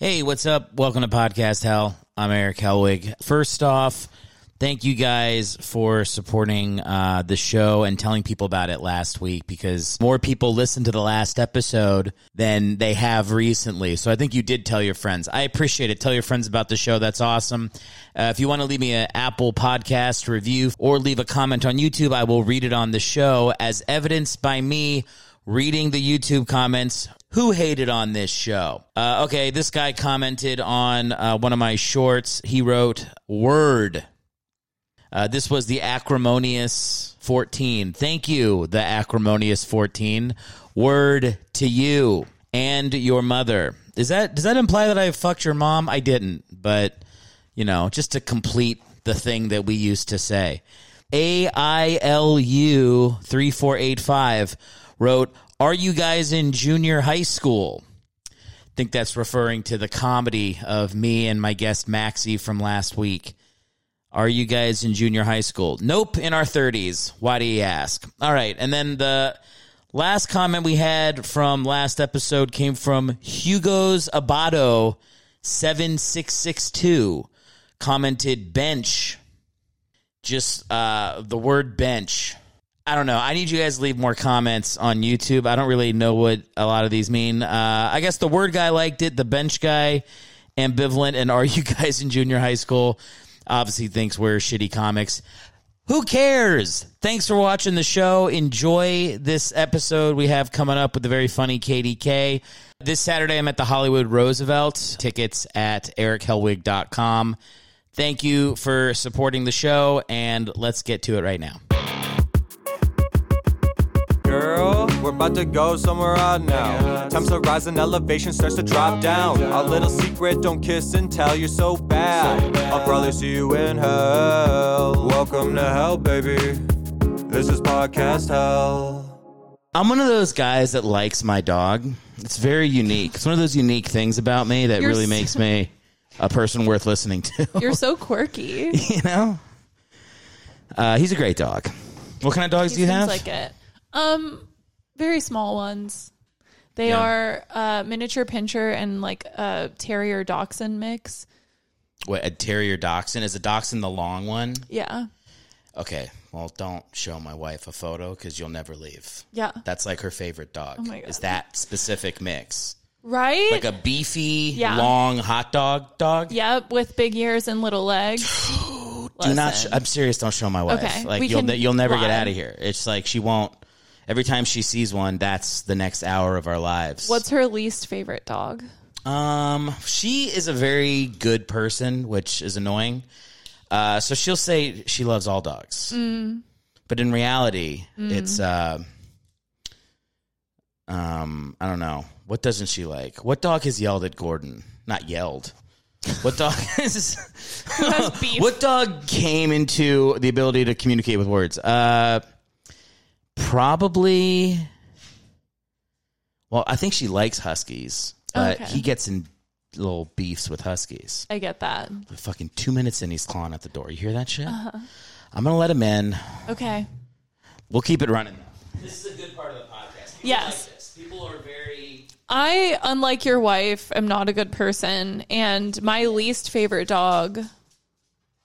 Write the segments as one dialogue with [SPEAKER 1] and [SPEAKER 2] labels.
[SPEAKER 1] Hey, what's up? Welcome to Podcast Hell. I'm Eric Helwig. First off, thank you guys for supporting uh, the show and telling people about it last week because more people listened to the last episode than they have recently. So I think you did tell your friends. I appreciate it. Tell your friends about the show. That's awesome. Uh, if you want to leave me an Apple Podcast review or leave a comment on YouTube, I will read it on the show as evidenced by me reading the YouTube comments. Who hated on this show? Uh, okay, this guy commented on uh, one of my shorts. He wrote, Word. Uh, this was the Acrimonious 14. Thank you, the Acrimonious 14. Word to you and your mother. Is that does that imply that I fucked your mom? I didn't, but you know, just to complete the thing that we used to say. A I L U 3485 wrote, "Are you guys in junior high school?" think that's referring to the comedy of me and my guest Maxie from last week. Are you guys in junior high school? Nope, in our 30s. Why do you ask? All right. And then the last comment we had from last episode came from Hugo's Abado 7662 commented bench just uh, the word bench. I don't know. I need you guys to leave more comments on YouTube. I don't really know what a lot of these mean. Uh, I guess the word guy liked it. The bench guy, ambivalent, and are you guys in junior high school? Obviously thinks we're shitty comics. Who cares? Thanks for watching the show. Enjoy this episode we have coming up with the very funny KDK. This Saturday, I'm at the Hollywood Roosevelt. Tickets at erichelwig.com. Thank you for supporting the show, and let's get to it right now.
[SPEAKER 2] Girl, we're about to go somewhere odd now. Temps are rising, elevation starts to drop down. Our little secret, don't kiss and tell, you're so bad. I'll probably see you in hell. Welcome to hell, baby. This is podcast hell.
[SPEAKER 1] I'm one of those guys that likes my dog. It's very unique. It's one of those unique things about me that
[SPEAKER 3] You're
[SPEAKER 1] really
[SPEAKER 3] so-
[SPEAKER 1] makes me a person worth listening to.
[SPEAKER 3] You're so quirky.
[SPEAKER 1] you know? Uh, he's a great dog. What kind of dogs
[SPEAKER 3] He
[SPEAKER 1] do you
[SPEAKER 3] seems
[SPEAKER 1] have?
[SPEAKER 3] like it. Um, very small ones. They
[SPEAKER 1] Yeah.
[SPEAKER 3] are uh, miniature pincher and like a terrier dachshund mix.
[SPEAKER 1] what, a terrier dachshund? Is a dachshund the long one?
[SPEAKER 3] Yeah,
[SPEAKER 1] Okay. Well, don't show my wife a photo because you'll never leave.
[SPEAKER 3] yeah, Oh
[SPEAKER 1] That's like her favorite dog.
[SPEAKER 3] my God.
[SPEAKER 1] Is that specific mix?
[SPEAKER 3] right.
[SPEAKER 1] Like a beefy,
[SPEAKER 3] Yeah.
[SPEAKER 1] long hot dog dog?
[SPEAKER 3] yep, with big ears and little legs.
[SPEAKER 1] Do not. Sh-
[SPEAKER 3] Listen.
[SPEAKER 1] I'm serious. Don't show my wife.
[SPEAKER 3] Okay,
[SPEAKER 1] Like
[SPEAKER 3] we
[SPEAKER 1] you'll
[SPEAKER 3] can
[SPEAKER 1] ne- you'll never get
[SPEAKER 3] lie.
[SPEAKER 1] out of here. It's like she won't. Every time she sees one, that's the next hour of our lives.
[SPEAKER 3] What's her least favorite dog?
[SPEAKER 1] um? She is a very good person, which is annoying. Uh, so she'll say she loves all dogs, but in reality, it's uh, um, I don't know. What doesn't she like? What dog has yelled at Gordon? Not yelled. What dog is?
[SPEAKER 3] Who has beef?
[SPEAKER 1] What dog came into the ability to communicate with words? Uh, probably. Well, I think she likes huskies, but
[SPEAKER 3] Okay.
[SPEAKER 1] he gets in little beefs with huskies.
[SPEAKER 3] I get that.
[SPEAKER 1] Fucking two minutes in, he's clawing at the door. You hear that shit? I'm gonna let him in.
[SPEAKER 3] Okay.
[SPEAKER 1] We'll keep it running. This is a good part of the podcast. People
[SPEAKER 3] Yes. like
[SPEAKER 1] this. People are very.
[SPEAKER 3] I, unlike your wife, am not a good person, and my least favorite dog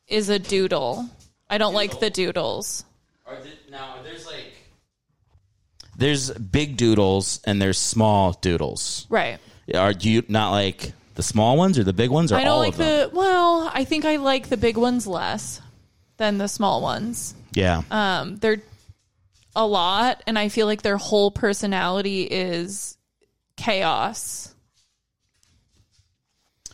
[SPEAKER 3] is a doodle. I don't like the doodles.
[SPEAKER 1] Are now there's like. There's big doodles and there's small doodles.
[SPEAKER 3] Right.
[SPEAKER 1] Are do you not like the small ones or the big ones or
[SPEAKER 3] I don't
[SPEAKER 1] all
[SPEAKER 3] like
[SPEAKER 1] of them?
[SPEAKER 3] the well, I think I like the big ones less than the small ones.
[SPEAKER 1] yeah.
[SPEAKER 3] Um they're a lot and I feel like their whole personality is chaos.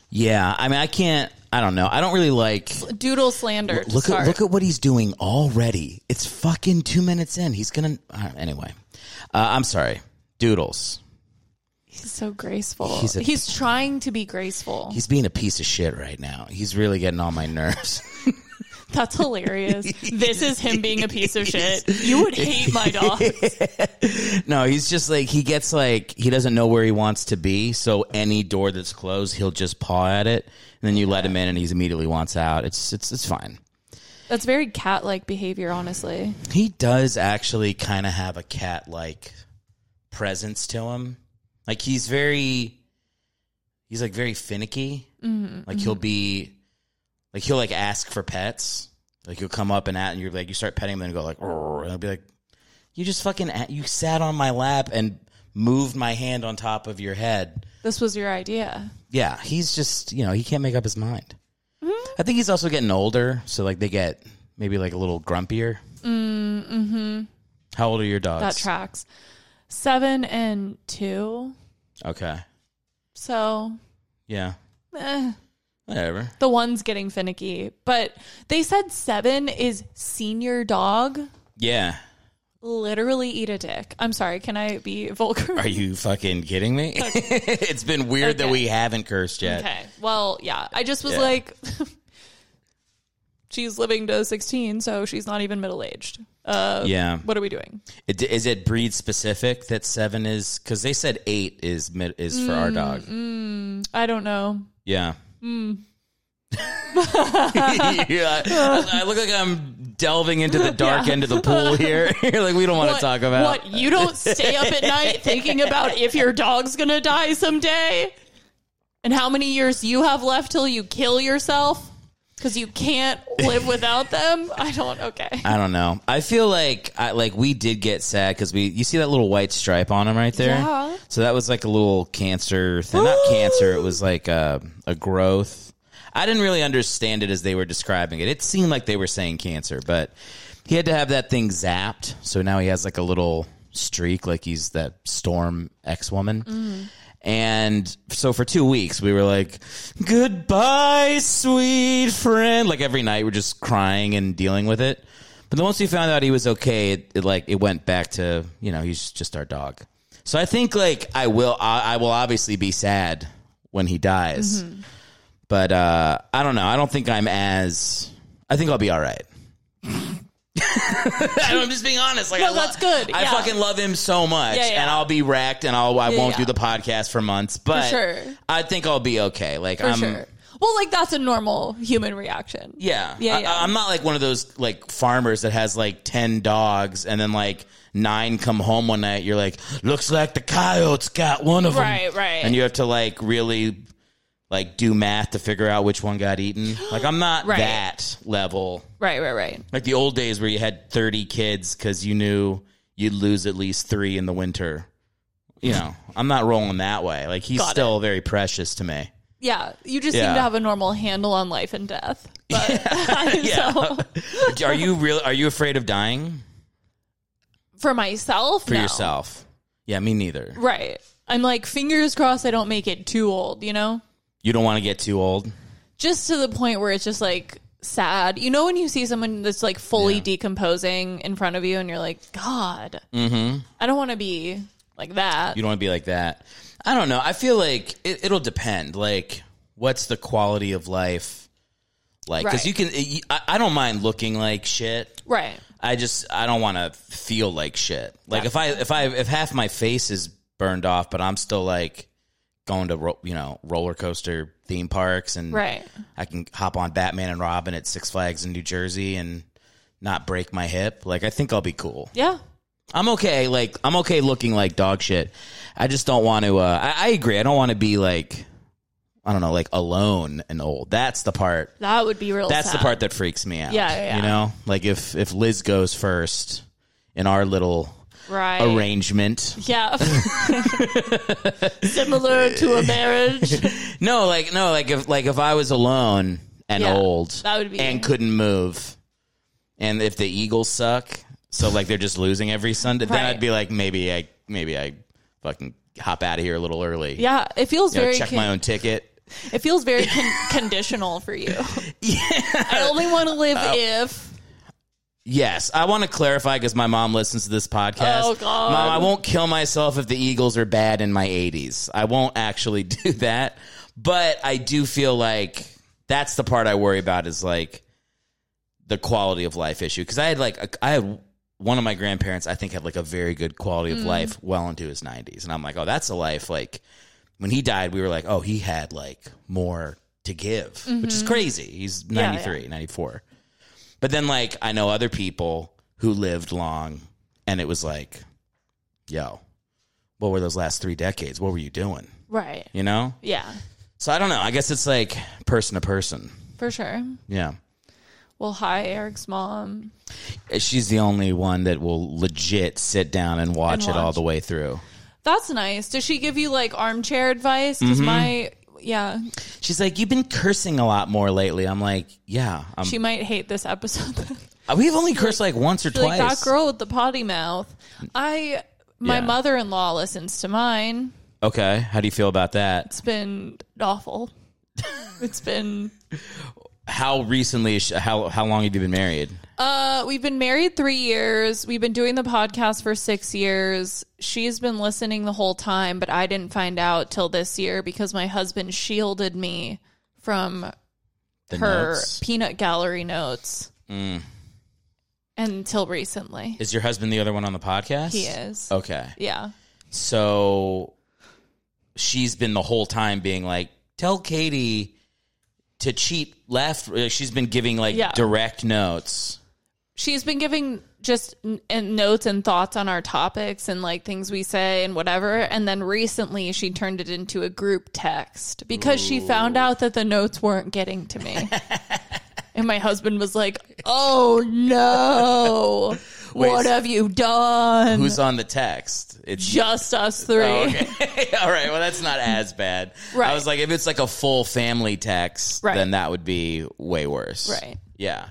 [SPEAKER 1] yeah. I mean, I can't. I don't know. I don't really like.
[SPEAKER 3] Doodle slander. to
[SPEAKER 1] Look at
[SPEAKER 3] start.
[SPEAKER 1] look at what he's doing already. It's fucking two minutes in. He's gonna uh, anyway. Uh, I'm sorry, Doodles.
[SPEAKER 3] He's so graceful.
[SPEAKER 1] He's
[SPEAKER 3] He's,
[SPEAKER 1] a-
[SPEAKER 3] trying to be graceful.
[SPEAKER 1] He's being a piece of shit right now. He's really getting on my nerves.
[SPEAKER 3] That's hilarious. this is him being a piece of shit. You would hate my dog.
[SPEAKER 1] no, he's just like he gets like he doesn't know where he wants to be. So any door that's closed, he'll just paw at it, and then you let him in, and he's immediately wants out. It's it's it's fine.
[SPEAKER 3] That's very cat like behavior, honestly.
[SPEAKER 1] He does actually kind of have a cat like presence to him. Like he's very he's like very finicky. Like he'll be, like he'll like ask for pets. Like he'll come up and at and you're like you start petting him and go like, "Arr," and I'll be like, you just fucking a- you sat on my lap and moved my hand on top of your head.
[SPEAKER 3] This was your idea.
[SPEAKER 1] Yeah, he's just you know he can't make up his mind.
[SPEAKER 3] Mm-hmm.
[SPEAKER 1] I think he's also getting older, so like they get maybe like a little grumpier. Mm-hmm. How old are your dogs?
[SPEAKER 3] Mm-hmm. That tracks. Seven and two.
[SPEAKER 1] okay,
[SPEAKER 3] So
[SPEAKER 1] yeah,
[SPEAKER 3] eh,
[SPEAKER 1] whatever.
[SPEAKER 3] the one's getting finicky. But they said seven is senior dog.
[SPEAKER 1] Yeah,
[SPEAKER 3] Literally eat a dick. I'm sorry. Can I be vulgar?
[SPEAKER 1] Are you fucking kidding me? it's been weird that
[SPEAKER 3] Okay.
[SPEAKER 1] we haven't cursed yet.
[SPEAKER 3] Okay. Well, yeah. I just was
[SPEAKER 1] Yeah.
[SPEAKER 3] like, she's living to 16, so she's not even middle aged. Uh,
[SPEAKER 1] Yeah.
[SPEAKER 3] What are we doing?
[SPEAKER 1] It, is it breed specific that seven is? Because they said eight is mid, is for
[SPEAKER 3] Mm.
[SPEAKER 1] our dog.
[SPEAKER 3] I don't know.
[SPEAKER 1] Yeah.
[SPEAKER 3] Hmm.
[SPEAKER 1] yeah. I, I look like I'm delving into the dark end of the pool here. like we don't want to talk about.
[SPEAKER 3] what you don't stay up at night thinking about if your dog's gonna die someday and how many years you have left till you kill yourself because you can't live without them i don't okay
[SPEAKER 1] I don't know. I feel like I like we did get sad because we you see that little white stripe on him right there.
[SPEAKER 3] Yeah.
[SPEAKER 1] So that was like a little cancer thing. Not cancer. It was like a, a growth. I didn't really understand it as they were describing it. It seemed like they were saying cancer, but he had to have that thing zapped. So now he has like a little streak, like he's that storm ex woman. And so for two weeks, we were like, goodbye, sweet friend. Like every night, we're just crying and dealing with it. But then once we found out he was okay, it, it like it went back to you know he's just our dog. So I think like I will I, I will obviously be sad when he dies,
[SPEAKER 3] Mm-hmm.
[SPEAKER 1] but uh, I don't know. I don't think I'm as I think I'll be all right. I'm just being honest. Like
[SPEAKER 3] No,
[SPEAKER 1] I lo-
[SPEAKER 3] that's good.
[SPEAKER 1] I
[SPEAKER 3] Yeah.
[SPEAKER 1] fucking love him so much,
[SPEAKER 3] Yeah, yeah.
[SPEAKER 1] and I'll be wrecked, and I'll I won't
[SPEAKER 3] yeah.
[SPEAKER 1] do the podcast for months. But
[SPEAKER 3] sure.
[SPEAKER 1] I think I'll be okay. Like
[SPEAKER 3] for
[SPEAKER 1] I'm
[SPEAKER 3] sure well like that's a normal human reaction
[SPEAKER 1] um, yeah.
[SPEAKER 3] Yeah,
[SPEAKER 1] I,
[SPEAKER 3] yeah.
[SPEAKER 1] I'm not like one of those like farmers that has like 10 dogs and then like nine come home one night. You're like, looks like the coyotes got one of
[SPEAKER 3] Right,
[SPEAKER 1] them.
[SPEAKER 3] right.
[SPEAKER 1] And you have to like really like do math to figure out which one got eaten. Like I'm not
[SPEAKER 3] Right.
[SPEAKER 1] that level.
[SPEAKER 3] right right right
[SPEAKER 1] Like the old days where you had 30 kids because you knew you'd lose at least three in the winter. You know, I'm not rolling that way. Like he's
[SPEAKER 3] Got it.
[SPEAKER 1] still very precious to me.
[SPEAKER 3] yeah you just
[SPEAKER 1] Yeah.
[SPEAKER 3] seem to have a normal handle on life and death but so,
[SPEAKER 1] Are you real? Are you afraid of dying?
[SPEAKER 3] for myself
[SPEAKER 1] for
[SPEAKER 3] no.
[SPEAKER 1] yourself. Yeah, me neither.
[SPEAKER 3] right i'm like fingers crossed i don't make it too old you know
[SPEAKER 1] You don't want to get too old.
[SPEAKER 3] just to the point where it's just like sad. You know when you see someone that's like fully decomposing in front of you and you're like, God, mm-hmm. I don't want to be like that.
[SPEAKER 1] You don't want to be like that. I don't know. I feel like it, it'll depend. Like, what's the quality of life? Like, because
[SPEAKER 3] Right.
[SPEAKER 1] you can, eh, you- I, I don't mind looking like shit.
[SPEAKER 3] Right.
[SPEAKER 1] I just, I don't want to feel like shit. Like, if I, if I, if half my face is burned off, but I'm still like going to, ro- you know, roller coaster theme parks and
[SPEAKER 3] Right.
[SPEAKER 1] I can hop on Batman and Robin at Six Flags in New Jersey and not break my hip. Like, I think I'll be cool.
[SPEAKER 3] Yeah.
[SPEAKER 1] I'm okay. Like I'm okay looking like dog shit. I just don't want to. Uh, I, I agree. I don't want to be like I don't know, like alone and old. That's the part.
[SPEAKER 3] That would be real
[SPEAKER 1] That's the
[SPEAKER 3] sad.
[SPEAKER 1] part that freaks me out.
[SPEAKER 3] Yeah, yeah,
[SPEAKER 1] You
[SPEAKER 3] yeah.
[SPEAKER 1] know, like if if Liz goes first in our little
[SPEAKER 3] Right.
[SPEAKER 1] arrangement.
[SPEAKER 3] Yeah. Similar to a marriage.
[SPEAKER 1] No, like no, like if like if I was alone and
[SPEAKER 3] Yeah,
[SPEAKER 1] old,
[SPEAKER 3] that would be-
[SPEAKER 1] and couldn't move, and if the Eagles suck, so like they're just losing every Sunday, then
[SPEAKER 3] Right.
[SPEAKER 1] I'd be like, maybe I maybe I fucking hop out of here a little early.
[SPEAKER 3] Yeah. It feels
[SPEAKER 1] you know,
[SPEAKER 3] very
[SPEAKER 1] check
[SPEAKER 3] con-
[SPEAKER 1] my own ticket.
[SPEAKER 3] it feels very con- conditional for you. I only want to live
[SPEAKER 1] Oh.
[SPEAKER 3] if
[SPEAKER 1] Yes, I want to clarify because my mom listens to this podcast.
[SPEAKER 3] Oh, God.
[SPEAKER 1] Mom, I won't kill myself if the Eagles are bad in my 80s. I won't actually do that, but I do feel like that's the part I worry about is like the quality of life issue because I had like a, I had one of my grandparents I think had like a very good quality
[SPEAKER 3] Mm.
[SPEAKER 1] of life well into his 90s and I'm like, "Oh, that's a life like when he died, we were like, "Oh, he had like more to give," which is crazy. He's
[SPEAKER 3] Mm-hmm. yeah.
[SPEAKER 1] 93, 94. But then like I know other people who lived long and it was like, yo, what were those last three decades? What were you doing?
[SPEAKER 3] right.
[SPEAKER 1] You know?
[SPEAKER 3] Yeah.
[SPEAKER 1] So I don't know. I guess it's like person to person.
[SPEAKER 3] for sure.
[SPEAKER 1] Yeah.
[SPEAKER 3] Well, hi, Eric's mom.
[SPEAKER 1] She's the only one that will legit sit down and watch
[SPEAKER 3] And
[SPEAKER 1] it all
[SPEAKER 3] watch.
[SPEAKER 1] the way through.
[SPEAKER 3] That's nice. Does she give you like armchair advice? Because
[SPEAKER 1] Mm-hmm.
[SPEAKER 3] my yeah,
[SPEAKER 1] Um, She's like, You've been cursing a lot more lately. I'm like, Yeah. I'm, Uh,
[SPEAKER 3] she might hate this episode.
[SPEAKER 1] we've only cursed like, once or
[SPEAKER 3] like
[SPEAKER 1] twice.
[SPEAKER 3] that girl with the potty mouth. I my
[SPEAKER 1] Yeah.
[SPEAKER 3] mother-in-law listens to mine.
[SPEAKER 1] Okay. How do you feel about that?
[SPEAKER 3] It's been awful. it's been
[SPEAKER 1] How recently, is she- how, how long have you been married?
[SPEAKER 3] Uh, we've been married three years. We've been doing the podcast for six years. She's been listening the whole time, but I didn't find out till this year because my husband shielded me from
[SPEAKER 1] The
[SPEAKER 3] her
[SPEAKER 1] notes? Mm.
[SPEAKER 3] peanut gallery notes until recently.
[SPEAKER 1] Is your husband the other one on the podcast?
[SPEAKER 3] He is.
[SPEAKER 1] Okay.
[SPEAKER 3] Yeah.
[SPEAKER 1] So she's been the whole time being like, tell Katie to cheat left. Uh, She's been giving like
[SPEAKER 3] Yeah.
[SPEAKER 1] direct notes.
[SPEAKER 3] She's been giving just n- and notes and thoughts on our topics and like things we say and whatever. And then recently she turned it into a group text because she found out that the notes weren't getting to me. and my husband was like, Oh no,
[SPEAKER 1] Wait,
[SPEAKER 3] what
[SPEAKER 1] so-
[SPEAKER 3] have you done?
[SPEAKER 1] Who's on the text? It's
[SPEAKER 3] just us three.
[SPEAKER 1] Oh, okay. All right. Well, that's not as bad. I
[SPEAKER 3] Right.
[SPEAKER 1] was like, if it's like a full family text,
[SPEAKER 3] Right.
[SPEAKER 1] then that would be way worse.
[SPEAKER 3] Right.
[SPEAKER 1] Yeah.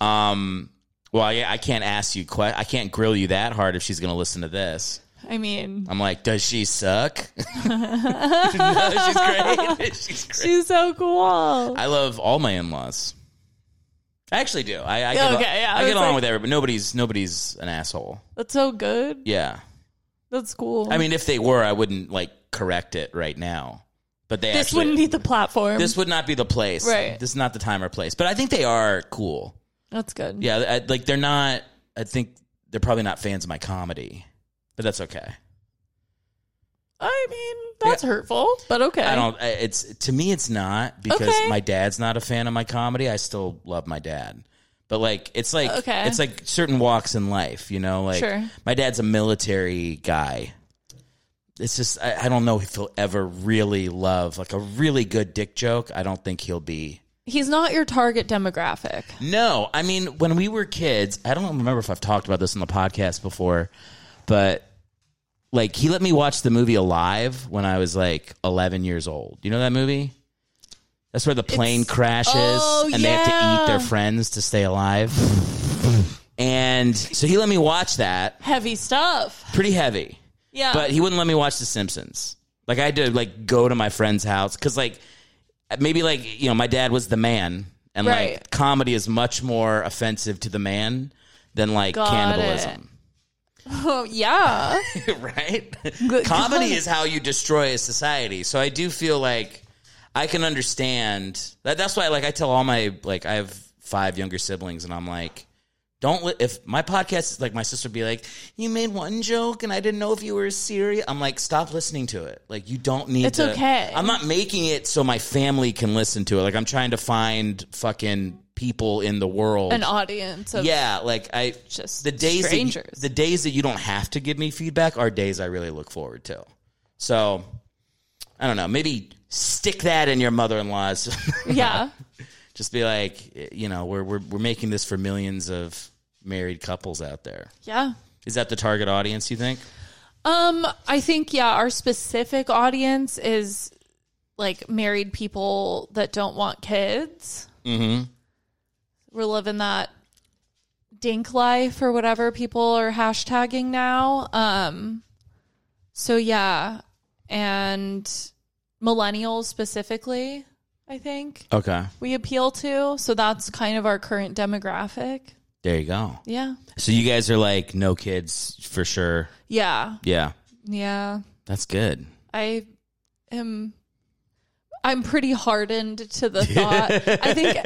[SPEAKER 1] Um. Well, yeah, I can't ask you. Que- I can't grill you that hard if she's going to listen to this.
[SPEAKER 3] I mean,
[SPEAKER 1] I'm like, does she suck? no, she's great. she's great.
[SPEAKER 3] she's so cool.
[SPEAKER 1] I love all my in-laws. I actually do. I, I get,
[SPEAKER 3] Okay, yeah, I
[SPEAKER 1] I
[SPEAKER 3] was
[SPEAKER 1] get along
[SPEAKER 3] like-
[SPEAKER 1] with everybody. Nobody's nobody's an asshole.
[SPEAKER 3] That's so good.
[SPEAKER 1] Yeah.
[SPEAKER 3] That's cool.
[SPEAKER 1] I mean, if they were, I wouldn't like correct it right now. But they
[SPEAKER 3] this
[SPEAKER 1] actually,
[SPEAKER 3] wouldn't be the platform.
[SPEAKER 1] this would not be the place.
[SPEAKER 3] Right.
[SPEAKER 1] This is not the time or place. But I think they are cool.
[SPEAKER 3] That's good.
[SPEAKER 1] Yeah. I, like they're not. I think they're probably not fans of my comedy, but that's okay.
[SPEAKER 3] I mean, that's hurtful, but okay.
[SPEAKER 1] I don't. I- It's to me, it's not because
[SPEAKER 3] Okay.
[SPEAKER 1] my dad's not a fan of my comedy. I still love my dad, but like it's like
[SPEAKER 3] Okay.
[SPEAKER 1] it's like certain walks in life, you know. Like
[SPEAKER 3] Sure.
[SPEAKER 1] my dad's a military guy. It's just I, I don't know if he'll ever really love like a really good dick joke. I don't think he'll be.
[SPEAKER 3] He's not your target demographic.
[SPEAKER 1] No, I mean when we were kids, I don't remember if I've talked about this on the podcast before, but like he let me watch the movie Alive when I was like 11 years old. You know that movie? That's where the plane
[SPEAKER 3] It's-
[SPEAKER 1] crashes
[SPEAKER 3] Oh,
[SPEAKER 1] and they have to eat
[SPEAKER 3] yeah.
[SPEAKER 1] their friends to stay alive. and so he let me watch that.
[SPEAKER 3] Heavy stuff.
[SPEAKER 1] Pretty heavy
[SPEAKER 3] Yeah.
[SPEAKER 1] but he wouldn't let me watch The Simpsons. Like I had to like go to my friend's house because like maybe like you know my dad was the man, and like
[SPEAKER 3] Right.
[SPEAKER 1] comedy is much more offensive to the man than like
[SPEAKER 3] Got
[SPEAKER 1] cannibalism,
[SPEAKER 3] oh, yeah.
[SPEAKER 1] right? comedy is how you destroy a society. So I do feel like I can understand that. That's why like I tell all my like I have five younger siblings, and I'm like. Don't li- if my podcast is like my sister would be like, you made one joke and I didn't know if you were serious. I'm like, stop listening to it. Like you don't need.
[SPEAKER 3] It's
[SPEAKER 1] to-
[SPEAKER 3] okay.
[SPEAKER 1] I'm not making it so my family can listen to it. Like I'm trying to find fucking people in the world.
[SPEAKER 3] An audience of
[SPEAKER 1] yeah, like I
[SPEAKER 3] just
[SPEAKER 1] the days that you-
[SPEAKER 3] strangers.
[SPEAKER 1] the days that you don't have to give me feedback are days I really look forward to. So I don't know. Maybe stick that in your mother-in-law's.
[SPEAKER 3] yeah.
[SPEAKER 1] Just be like, you know, we're we're we're making this for millions of married couples out there.
[SPEAKER 3] Yeah.
[SPEAKER 1] Is that the target audience? You think?
[SPEAKER 3] Um, I think, yeah, our specific audience is like married people that don't want kids. Mm-hmm. We're living that dink life or whatever people are hashtagging now. Um, so yeah. And millennials specifically, I think
[SPEAKER 1] Okay,
[SPEAKER 3] we appeal to. So that's kind of our current demographic.
[SPEAKER 1] there you go.
[SPEAKER 3] Yeah.
[SPEAKER 1] So you guys are like no kids for sure.
[SPEAKER 3] Yeah.
[SPEAKER 1] Yeah,
[SPEAKER 3] Yeah.
[SPEAKER 1] that's good.
[SPEAKER 3] I am I'm pretty hardened to the thought. I think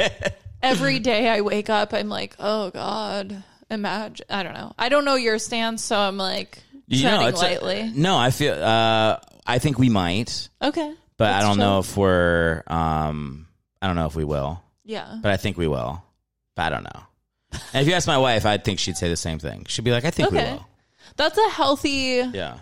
[SPEAKER 3] every day I wake up I'm like, "Oh god, imagine I don't know. I don't know your stance, so I'm like
[SPEAKER 1] You know,
[SPEAKER 3] treading
[SPEAKER 1] it's a-
[SPEAKER 3] lightly.
[SPEAKER 1] no, I feel. Uh, I think we might,
[SPEAKER 3] okay.
[SPEAKER 1] but
[SPEAKER 3] That's
[SPEAKER 1] I don't
[SPEAKER 3] chill.
[SPEAKER 1] know if we're. Um, I don't know if we will,
[SPEAKER 3] Yeah.
[SPEAKER 1] but I think we will. But I don't know. And if you ask my wife, I think she'd say the same thing. She'd be like, "I think we
[SPEAKER 3] Okay.
[SPEAKER 1] will."
[SPEAKER 3] That's a healthy
[SPEAKER 1] Yeah.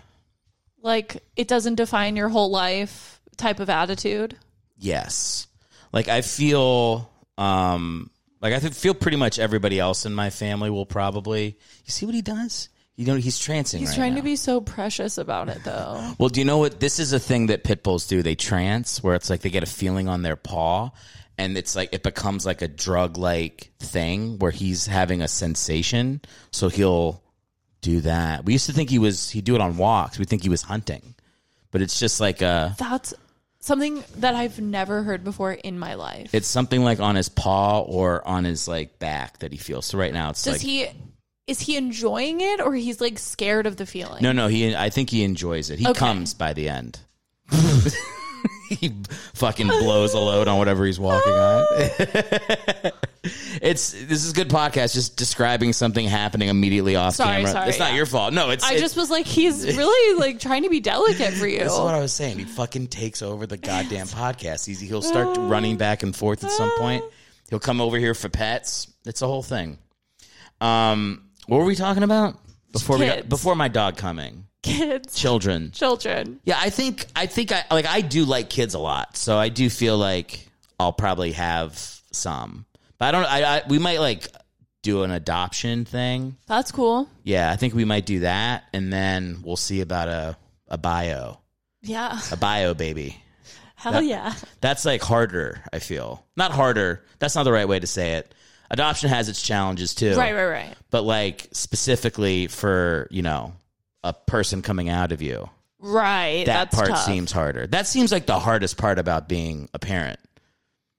[SPEAKER 3] like it doesn't define your whole life type of attitude.
[SPEAKER 1] yes. Like I feel um like I think- feel pretty much everybody else in my family will probably You see what he does? You know he's trancing
[SPEAKER 3] He's
[SPEAKER 1] right
[SPEAKER 3] trying
[SPEAKER 1] now.
[SPEAKER 3] to be so precious about it, though.
[SPEAKER 1] Well, do you know what? This is a thing that pit bulls do. They trance, where it's like they get a feeling on their paw, and it's like it becomes like a drug like thing where he's having a sensation. So he'll do that. We used to think he was, he'd do it on walks. We think he was hunting, but it's just like a,
[SPEAKER 3] That's something that I've never heard before in my life.
[SPEAKER 1] it's something like on his paw or on his like back that he feels. So right now it's
[SPEAKER 3] Does
[SPEAKER 1] like,
[SPEAKER 3] he? Is he enjoying it, or he's like scared of the feeling?
[SPEAKER 1] no, no, he, I think he enjoys it. He
[SPEAKER 3] Okay.
[SPEAKER 1] comes by the end. he fucking blows a load on whatever he's walking on. it's this is good podcast. Just describing something happening immediately off
[SPEAKER 3] Sorry,
[SPEAKER 1] camera.
[SPEAKER 3] sorry,
[SPEAKER 1] it's not
[SPEAKER 3] yeah.
[SPEAKER 1] your fault. No, it's.
[SPEAKER 3] I
[SPEAKER 1] it-
[SPEAKER 3] just was oh. like, he's really like trying to be delicate for you.
[SPEAKER 1] This is what I was saying. He fucking takes over the goddamn podcast. He's, he'll
[SPEAKER 3] Uh.
[SPEAKER 1] start running back and forth at some point. He'll come over here for pets. It's a whole thing. Um, what were we talking about before we
[SPEAKER 3] Kids.
[SPEAKER 1] got, before my dog coming?
[SPEAKER 3] Kids,
[SPEAKER 1] Children.
[SPEAKER 3] children.
[SPEAKER 1] Yeah, I think I think I like I do like kids a lot, so I do feel like I'll probably have some, but I don't. I, I we might like do an adoption thing.
[SPEAKER 3] That's cool.
[SPEAKER 1] Yeah, I think we might do that, and then we'll see about a a bio
[SPEAKER 3] Yeah.
[SPEAKER 1] a bio baby.
[SPEAKER 3] Hell yeah.
[SPEAKER 1] That's like harder. I feel not harder. That's not the right way to say it. Adoption has its challenges too.
[SPEAKER 3] Right, right, right.
[SPEAKER 1] But like specifically for you know a person coming out of you.
[SPEAKER 3] Right.
[SPEAKER 1] that
[SPEAKER 3] that's
[SPEAKER 1] part
[SPEAKER 3] tough.
[SPEAKER 1] seems harder. That seems like the hardest part about being a parent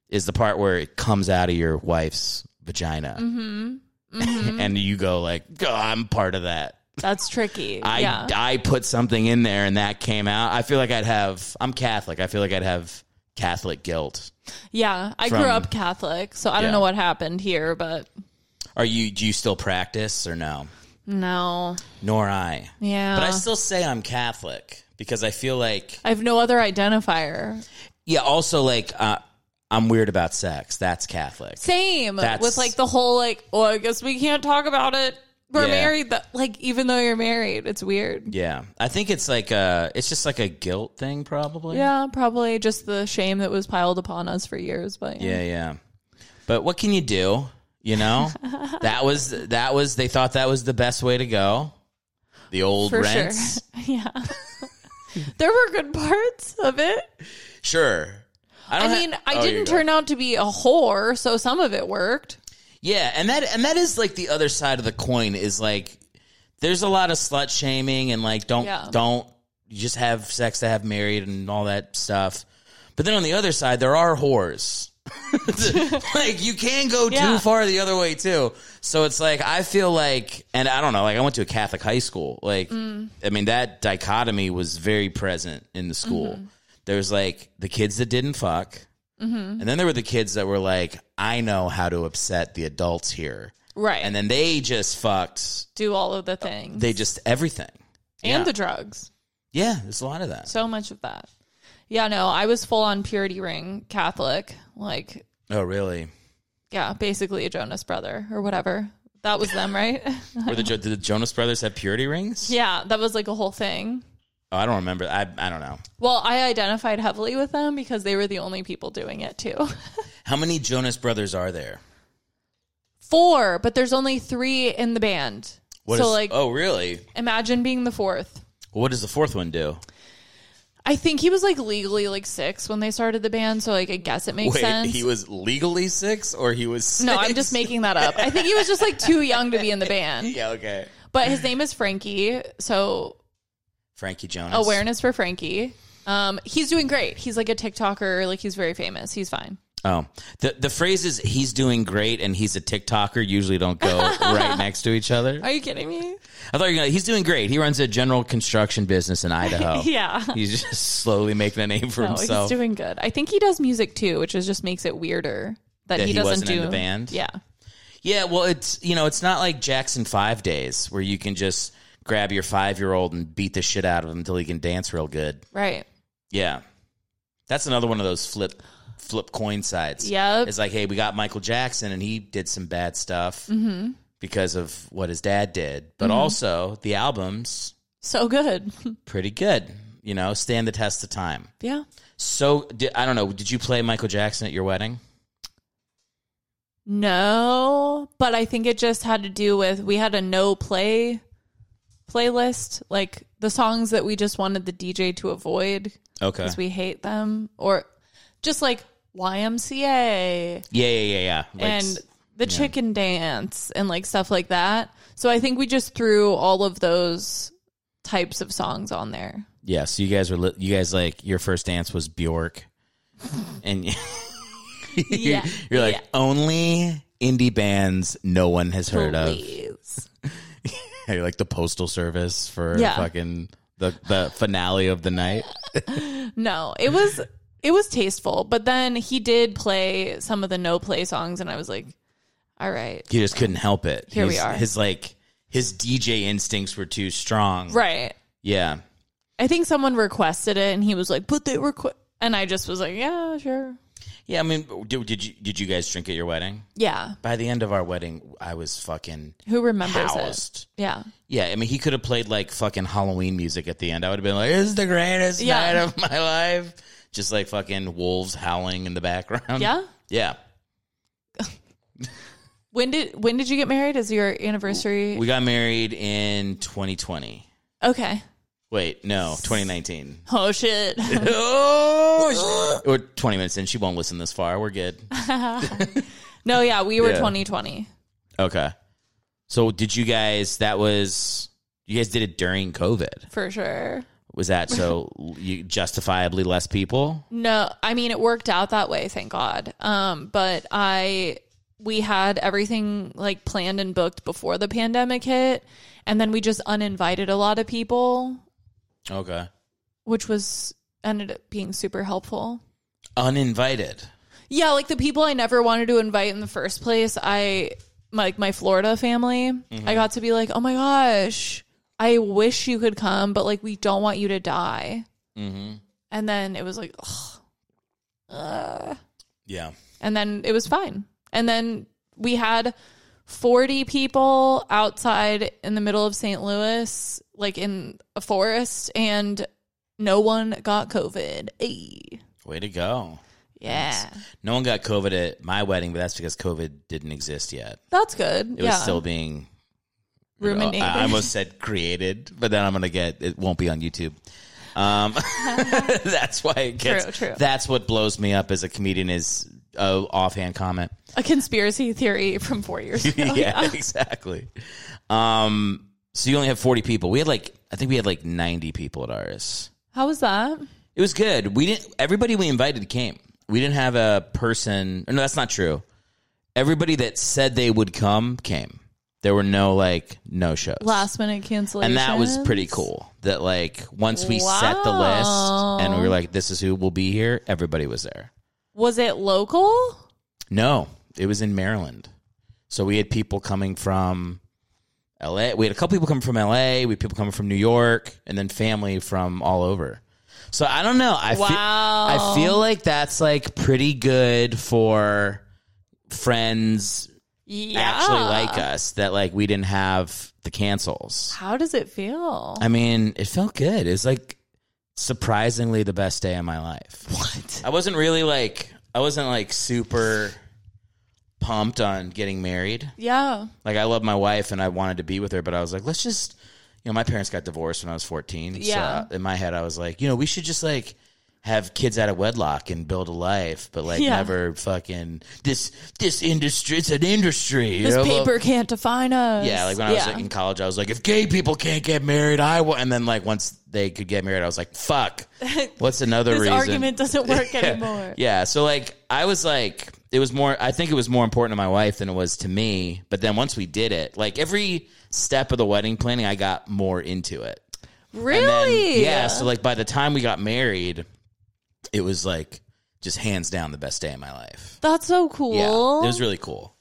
[SPEAKER 1] is the part where it comes out of your wife's vagina, mm-hmm.
[SPEAKER 3] Mm-hmm.
[SPEAKER 1] and you go like, oh, "I'm part of that."
[SPEAKER 3] That's tricky.
[SPEAKER 1] I
[SPEAKER 3] yeah.
[SPEAKER 1] I put something in there and that came out. I feel like I'd have. I'm Catholic. I feel like I'd have Catholic guilt.
[SPEAKER 3] yeah. I
[SPEAKER 1] from-
[SPEAKER 3] grew up Catholic, so I don't
[SPEAKER 1] Yeah.
[SPEAKER 3] know what happened here, but
[SPEAKER 1] Are you? Do you still practice or no?
[SPEAKER 3] no.
[SPEAKER 1] Nor I.
[SPEAKER 3] Yeah.
[SPEAKER 1] But I still say I'm Catholic because I feel like
[SPEAKER 3] I have no other identifier.
[SPEAKER 1] yeah. Also like uh, I'm weird about sex. That's Catholic.
[SPEAKER 3] Same
[SPEAKER 1] That's-
[SPEAKER 3] with like the whole like, oh, I guess we can't talk about it. We're
[SPEAKER 1] Yeah.
[SPEAKER 3] married. That like, even though you're married, it's weird.
[SPEAKER 1] Yeah, I think it's like a, it's just like a guilt thing, probably.
[SPEAKER 3] Yeah, probably just the shame that was piled upon us for years. But yeah,
[SPEAKER 1] yeah, yeah. But what can you do? You know, that was that was they thought that was the best way to go. The old
[SPEAKER 3] for
[SPEAKER 1] rents,
[SPEAKER 3] sure. yeah, there were good parts of it.
[SPEAKER 1] sure.
[SPEAKER 3] I
[SPEAKER 1] don't ha-
[SPEAKER 3] mean, I
[SPEAKER 1] Oh, you
[SPEAKER 3] didn't
[SPEAKER 1] go.
[SPEAKER 3] turn out to be a whore, so some of it worked.
[SPEAKER 1] Yeah, and that and that is like the other side of the coin is like there's a lot of slut shaming and like don't
[SPEAKER 3] Yeah.
[SPEAKER 1] don't you just have sex to have married and all that stuff. But then on the other side, there are whores. like you can go
[SPEAKER 3] Yeah.
[SPEAKER 1] too far the other way too. So it's like I feel like, and I don't know, like I went to a Catholic high school. Like
[SPEAKER 3] Mm.
[SPEAKER 1] I mean, that dichotomy was very present in the school.
[SPEAKER 3] Mm-hmm.
[SPEAKER 1] There was like the kids that didn't fuck,
[SPEAKER 3] Mm-hmm.
[SPEAKER 1] and then there were the kids that were like, I know how to upset the adults here.
[SPEAKER 3] Right.
[SPEAKER 1] And then they just fucked,
[SPEAKER 3] do all of the things
[SPEAKER 1] Oh, they just everything.
[SPEAKER 3] and
[SPEAKER 1] yeah.
[SPEAKER 3] the drugs.
[SPEAKER 1] Yeah, there's a lot of that.
[SPEAKER 3] So much of that. Yeah, no, I was full on purity ring Catholic. Like,
[SPEAKER 1] oh, really?
[SPEAKER 3] yeah, basically a Jonas brother or whatever. That was them, right?
[SPEAKER 1] Were the, Jo- did the Jonas Brothers have purity rings?
[SPEAKER 3] yeah, that was like a whole thing.
[SPEAKER 1] Oh, I don't remember. I, I don't know.
[SPEAKER 3] Well, I identified heavily with them because they were the only people doing it too.
[SPEAKER 1] How many Jonas Brothers are there?
[SPEAKER 3] Four, but there's only three in the band.
[SPEAKER 1] What
[SPEAKER 3] so,
[SPEAKER 1] is-
[SPEAKER 3] like,
[SPEAKER 1] oh, really?
[SPEAKER 3] imagine being the fourth.
[SPEAKER 1] What does the fourth one do?
[SPEAKER 3] I think he was like legally like six when they started the band, so like I guess it makes
[SPEAKER 1] Wait,
[SPEAKER 3] sense.
[SPEAKER 1] he was legally six or he was six?
[SPEAKER 3] no, I'm just making that up. I think he was just like too young to be in the band.
[SPEAKER 1] Yeah, okay.
[SPEAKER 3] But his name is Frankie, so
[SPEAKER 1] Frankie Jonas.
[SPEAKER 3] awareness for Frankie. Um, he's doing great. He's like a TikToker, like he's very famous. He's fine.
[SPEAKER 1] Oh, the the phrases "he's doing great" and "he's a TikToker" usually don't go right next to each other.
[SPEAKER 3] Are you kidding me?
[SPEAKER 1] I thought you were gonna, he's doing great. He runs a general construction business in Idaho.
[SPEAKER 3] Yeah.
[SPEAKER 1] he's just slowly making a name for
[SPEAKER 3] No, he's
[SPEAKER 1] himself.
[SPEAKER 3] doing good. I think he does music too, which is just makes it weirder that,
[SPEAKER 1] That
[SPEAKER 3] he
[SPEAKER 1] he
[SPEAKER 3] doesn't
[SPEAKER 1] wasn't
[SPEAKER 3] do
[SPEAKER 1] in the band?
[SPEAKER 3] Yeah.
[SPEAKER 1] yeah, well, it's you know, it's not like Jackson Five days where you can just grab your five year old and beat the shit out of him until he can dance real good.
[SPEAKER 3] Right.
[SPEAKER 1] Yeah, that's another one of those flip flip coin sides.
[SPEAKER 3] Yep.
[SPEAKER 1] it's like, hey, we got Michael Jackson, and he did some bad stuff
[SPEAKER 3] Mm-hmm.
[SPEAKER 1] because of what his dad did, but also the albums
[SPEAKER 3] So good.
[SPEAKER 1] pretty good. You know, stand the test of time.
[SPEAKER 3] yeah.
[SPEAKER 1] So di I don't know. Did you play Michael Jackson at your wedding?
[SPEAKER 3] No, but I think it just had to do with we had a no play playlist, like the songs that we just wanted the DJ to avoid
[SPEAKER 1] Okay.
[SPEAKER 3] because we hate them, or just like YMCA
[SPEAKER 1] yeah, yeah, yeah, yeah. Like,
[SPEAKER 3] and the chicken dance and like stuff like that. So I think we just threw all of those types of songs on there.
[SPEAKER 1] yeah. So you guys were li- you guys like your first dance was Bjork, and you-
[SPEAKER 3] Yeah,
[SPEAKER 1] you're like
[SPEAKER 3] yeah.
[SPEAKER 1] only indie bands no one has heard of.
[SPEAKER 3] Please.
[SPEAKER 1] You're like the Postal Service for
[SPEAKER 3] Yeah.
[SPEAKER 1] fucking the the finale of the night.
[SPEAKER 3] No, it was it was tasteful, but then he did play some of the no play songs, and I was like, all right,
[SPEAKER 1] He just couldn't help it.
[SPEAKER 3] Here we
[SPEAKER 1] His-
[SPEAKER 3] are.
[SPEAKER 1] His like his DJ instincts were too strong.
[SPEAKER 3] right.
[SPEAKER 1] Yeah.
[SPEAKER 3] I think someone requested it, and he was like, but they requ-, and I just was like, yeah, sure,
[SPEAKER 1] Yeah. I mean, did, did you did you guys drink at your wedding?
[SPEAKER 3] yeah.
[SPEAKER 1] By the end of our wedding, I was fucking
[SPEAKER 3] Who remembers it?
[SPEAKER 1] housed.
[SPEAKER 3] Yeah,
[SPEAKER 1] Yeah, I mean, he could have played like fucking Halloween music at the end. I would have been like, "This is the greatest
[SPEAKER 3] Yeah.
[SPEAKER 1] night of my life." Just like fucking wolves howling in the background.
[SPEAKER 3] Yeah?
[SPEAKER 1] yeah.
[SPEAKER 3] when did when did you get married? Is your anniversary?
[SPEAKER 1] We got married in 2020.
[SPEAKER 3] okay.
[SPEAKER 1] Wait, no, 2019.
[SPEAKER 3] Oh shit.
[SPEAKER 1] oh, sh- we're 20 minutes in. She won't listen this far. We're good.
[SPEAKER 3] no, yeah, we were
[SPEAKER 1] Yeah.
[SPEAKER 3] 2020.
[SPEAKER 1] Okay. So, did you guys? That was you guys did it during COVID.
[SPEAKER 3] For sure.
[SPEAKER 1] Was that so you justifiably less people?
[SPEAKER 3] No, I mean it worked out that way, thank God. Um, but I we had everything like planned and booked before the pandemic hit, and then we just uninvited a lot of people,
[SPEAKER 1] Okay.
[SPEAKER 3] which was ended up being super helpful.
[SPEAKER 1] Uninvited.
[SPEAKER 3] Yeah, like the people I never wanted to invite in the first place, I my- like my Florida family,
[SPEAKER 1] Mm-hmm.
[SPEAKER 3] I got to be like, "Oh my gosh, I wish you could come, but like we don't want you to die."
[SPEAKER 1] Mm-hmm.
[SPEAKER 3] And then it was like, ugh. Ugh.
[SPEAKER 1] Yeah.
[SPEAKER 3] and then it was fine. And then we had 40 people outside in the middle of St. Louis, like in a forest, and no one got COVID. Ay.
[SPEAKER 1] Way to go.
[SPEAKER 3] Yeah.
[SPEAKER 1] No one got COVID at my wedding, but that's because COVID didn't exist yet.
[SPEAKER 3] That's good.
[SPEAKER 1] It
[SPEAKER 3] yeah.
[SPEAKER 1] was still being.
[SPEAKER 3] Room and
[SPEAKER 1] I
[SPEAKER 3] neighbors.
[SPEAKER 1] I almost said created, but then I'm gonna get it won't be on YouTube. Um, that's why it gets.
[SPEAKER 3] True, true.
[SPEAKER 1] That's what blows me up as a comedian is a offhand comment.
[SPEAKER 3] a conspiracy theory from four years ago.
[SPEAKER 1] yeah, exactly. Um, so you only have 40 people. We had like I think we had like 90 people at ours.
[SPEAKER 3] How was that?
[SPEAKER 1] It was good. We didn't. Everybody we invited came. We didn't have a person. No, that's not true. Everybody that said they would come came. There were no like no shows,
[SPEAKER 3] Last minute cancellation.
[SPEAKER 1] and that was pretty cool. That like once we set the list and we were like, this is who will be here. Everybody was there.
[SPEAKER 3] Was it local?
[SPEAKER 1] No, it was in Maryland. So we had people coming from LA. We had a couple people coming from LA. We had people coming from New York and then family from all over. So I don't know. I feel,
[SPEAKER 3] Wow.
[SPEAKER 1] I feel like that's like pretty good for friends
[SPEAKER 3] Yeah.
[SPEAKER 1] actually like us that like we didn't have the cancels.
[SPEAKER 3] How does it feel?
[SPEAKER 1] I mean, it felt good. It was like surprisingly the best day of my life.
[SPEAKER 3] what?
[SPEAKER 1] I wasn't really like I wasn't like super pumped on getting married.
[SPEAKER 3] Yeah.
[SPEAKER 1] Like I love my wife and I wanted to be with her, but I was like, let's just you know, my parents got divorced when I was fourteen.
[SPEAKER 3] Yeah.
[SPEAKER 1] So uh, in my head I was like, you know, we should just like have kids out of wedlock and build a life, but like
[SPEAKER 3] Yeah.
[SPEAKER 1] never fucking this this industry it's an industry. you
[SPEAKER 3] This
[SPEAKER 1] know?
[SPEAKER 3] paper can't define us.
[SPEAKER 1] Yeah, like when I was like, in college, I was like, if gay people can't get married, I will. And then like once they could get married, I was like, fuck. What's another
[SPEAKER 3] this
[SPEAKER 1] reason?
[SPEAKER 3] argument doesn't work anymore.
[SPEAKER 1] Yeah. So like I was like it was more I think it was more important to my wife than it was to me. But then once we did it, like every step of the wedding planning I got more into it. And then-
[SPEAKER 3] Really?
[SPEAKER 1] yeah. So like by the time we got married, it was like just hands down the best day of my life.
[SPEAKER 3] That's so
[SPEAKER 1] Yeah.
[SPEAKER 3] cool.
[SPEAKER 1] It was really cool.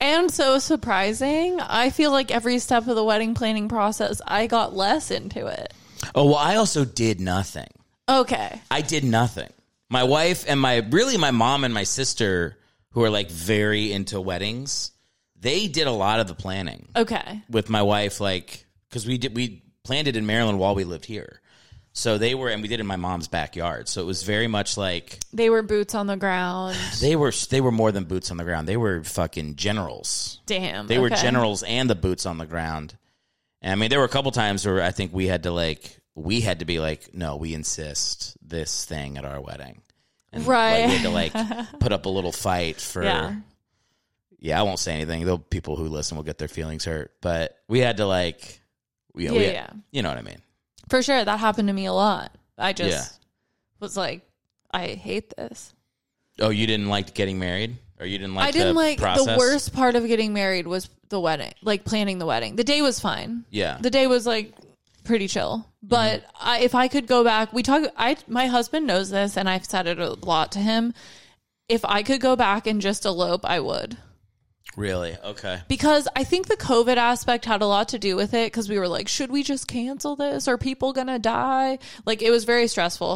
[SPEAKER 3] and so surprising. I feel like every step of the wedding planning process, I got less into it.
[SPEAKER 1] Oh well I also did nothing.
[SPEAKER 3] Okay.
[SPEAKER 1] I did nothing. My wife and my really my mom and my sister, who are like very into weddings, they did a lot of the planning.
[SPEAKER 3] Okay.
[SPEAKER 1] with my wife like because we did we planned it in Maryland while we lived here. So they were, and we did it in my mom's backyard. So it was very much like
[SPEAKER 3] They were boots on the ground.
[SPEAKER 1] they were. They were more than boots on the ground. They were fucking generals.
[SPEAKER 3] Damn.
[SPEAKER 1] They were
[SPEAKER 3] okay.
[SPEAKER 1] generals and the boots on the ground. And I mean, there were a couple times where I think we had to like we had to be like, no, we insist this thing at our wedding. And
[SPEAKER 3] Right.
[SPEAKER 1] Like, we had to like put up a little fight for.
[SPEAKER 3] Yeah.
[SPEAKER 1] Yeah. I won't say anything. Though people who listen will get their feelings hurt, but we had to like, yeah, we
[SPEAKER 3] Yeah,
[SPEAKER 1] had-
[SPEAKER 3] yeah.
[SPEAKER 1] you know what I mean.
[SPEAKER 3] For sure. That happened to me a lot. I just
[SPEAKER 1] Yeah.
[SPEAKER 3] was like, I hate this.
[SPEAKER 1] Oh, you didn't like getting married, or you didn't like
[SPEAKER 3] I didn't
[SPEAKER 1] the
[SPEAKER 3] like the
[SPEAKER 1] process?
[SPEAKER 3] worst part of getting married was the wedding, like planning the wedding. The day was fine.
[SPEAKER 1] Yeah.
[SPEAKER 3] The day was like pretty chill. But I, if I could go back, we talk I my husband knows this and I've said it a lot to him. If I could go back and just elope, I would.
[SPEAKER 1] really? Okay.
[SPEAKER 3] Because I think the COVID aspect had a lot to do with it because we were like, should we just cancel this? Are people going to die? Like it was very stressful.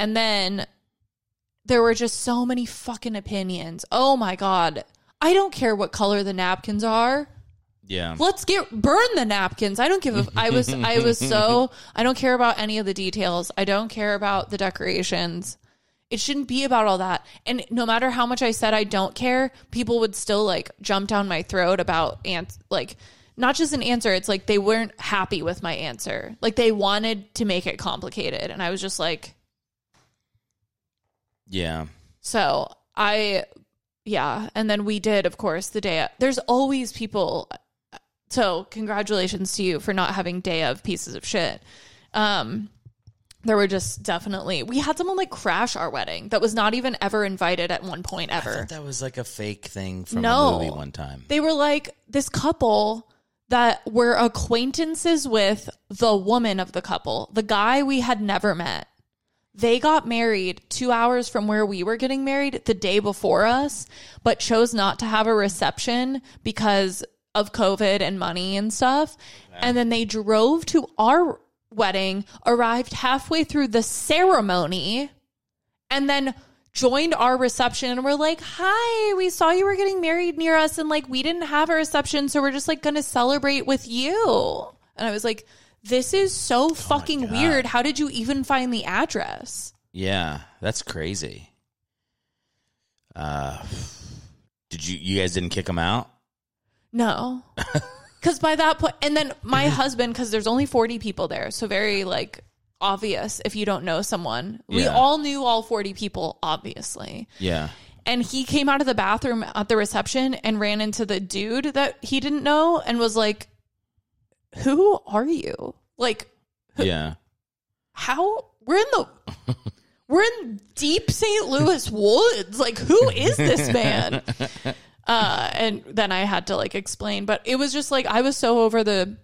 [SPEAKER 3] And then there were just so many fucking opinions. Oh my God. I don't care what color the napkins are.
[SPEAKER 1] Yeah.
[SPEAKER 3] Let's get burn the napkins. I don't give a I was I was so I don't care about any of the details. I don't care about the decorations. It shouldn't be about all that. And no matter how much I said I don't care, people would still like jump down my throat about ants like not just an answer, it's like they weren't happy with my answer. Like they wanted to make it complicated and I was just like
[SPEAKER 1] Yeah.
[SPEAKER 3] so I, yeah. And then we did, of course, the day. There's always people. So congratulations to you for not having day of pieces of shit. Um, there were just definitely we had someone like crash our wedding that was not even ever invited at one point
[SPEAKER 1] I
[SPEAKER 3] ever.
[SPEAKER 1] thought that was like a fake thing from
[SPEAKER 3] No.
[SPEAKER 1] a movie one time.
[SPEAKER 3] They were like this couple that were acquaintances with the woman of the couple, the guy we had never met. They got married two hours from where we were getting married the day before us, but chose not to have a reception because of COVID and money and stuff. And then they drove to our wedding, arrived halfway through the ceremony and then joined our reception and we're like, "Hi, we saw you were getting married near us and like we didn't have a reception, so we're just like going to celebrate with you." And I was like, "This is so fucking
[SPEAKER 1] Oh God.
[SPEAKER 3] weird. How did you even find the address?"
[SPEAKER 1] Yeah, that's crazy. Uh, did you you guys didn't kick him out?
[SPEAKER 3] No. Cuz by that point and then my
[SPEAKER 1] Mm-hmm.
[SPEAKER 3] husband cuz there's only 40 people there, so very like obvious if you don't know someone. We
[SPEAKER 1] Yeah.
[SPEAKER 3] all knew all 40 people obviously.
[SPEAKER 1] Yeah,
[SPEAKER 3] and he came out of the bathroom at the reception and ran into the dude that he didn't know and was like who are you like
[SPEAKER 1] yeah,
[SPEAKER 3] how we're in the we're in deep st louis woods like who is this man uh and then i had to like explain but it was just like i was so over the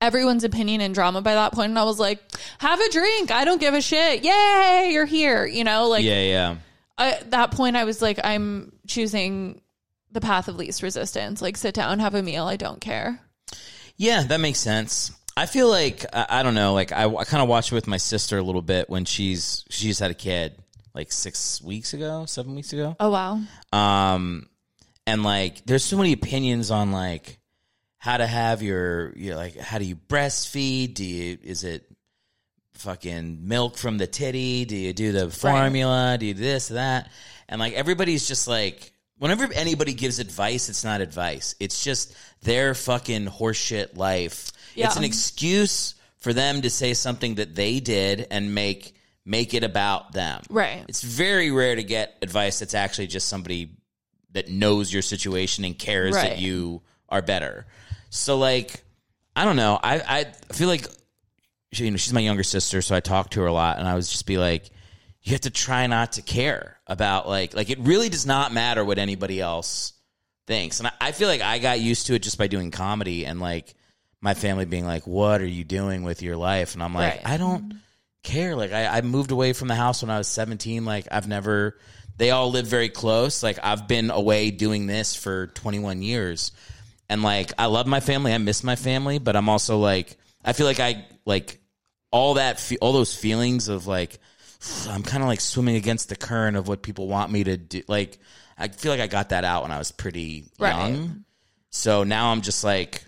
[SPEAKER 3] everyone's opinion and drama by that point and i was like have a drink i don't give a shit yay you're here you know like
[SPEAKER 1] yeah, yeah.
[SPEAKER 3] at that point, I was like, I'm choosing the path of least resistance. Like, sit down, have a meal. I don't care.
[SPEAKER 1] Yeah, that makes sense. I feel like I, I don't know. Like I, I kind of watched it with my sister a little bit when she's she's had a kid like six weeks ago, seven weeks ago.
[SPEAKER 3] Oh wow,
[SPEAKER 1] um and like there's so many opinions on like how to have your you know, like how do you breastfeed do you is it fucking milk from the titty do you do the formula do you do this that and like everybody's just like whenever anybody gives advice it's not advice it's just their fucking horseshit life
[SPEAKER 3] Yeah.
[SPEAKER 1] it's an excuse for them to say something that they did and make make it about them
[SPEAKER 3] Right.
[SPEAKER 1] it's very rare to get advice that's actually just somebody that knows your situation and cares
[SPEAKER 3] Right.
[SPEAKER 1] that you are better. So like, I don't know. I I feel like she, you know she's my younger sister, so I talk to her a lot, and I was just be like, you have to try not to care about like like it really does not matter what anybody else thinks, and I, I feel like I got used to it just by doing comedy and like my family being like, what are you doing with your life? And I'm like,
[SPEAKER 3] Right.
[SPEAKER 1] I don't care. Like I, I moved away from the house when I was 17. Like I've never, they all live very close. Like I've been away doing this for 21 years. And like, I love my family. I miss my family, but I'm also like, I feel like I like all that, fe- all those feelings of like, I'm kind of like swimming against the current of what people want me to do. Like, I feel like I got that out when I was pretty
[SPEAKER 3] Right.
[SPEAKER 1] young. So now I'm just like,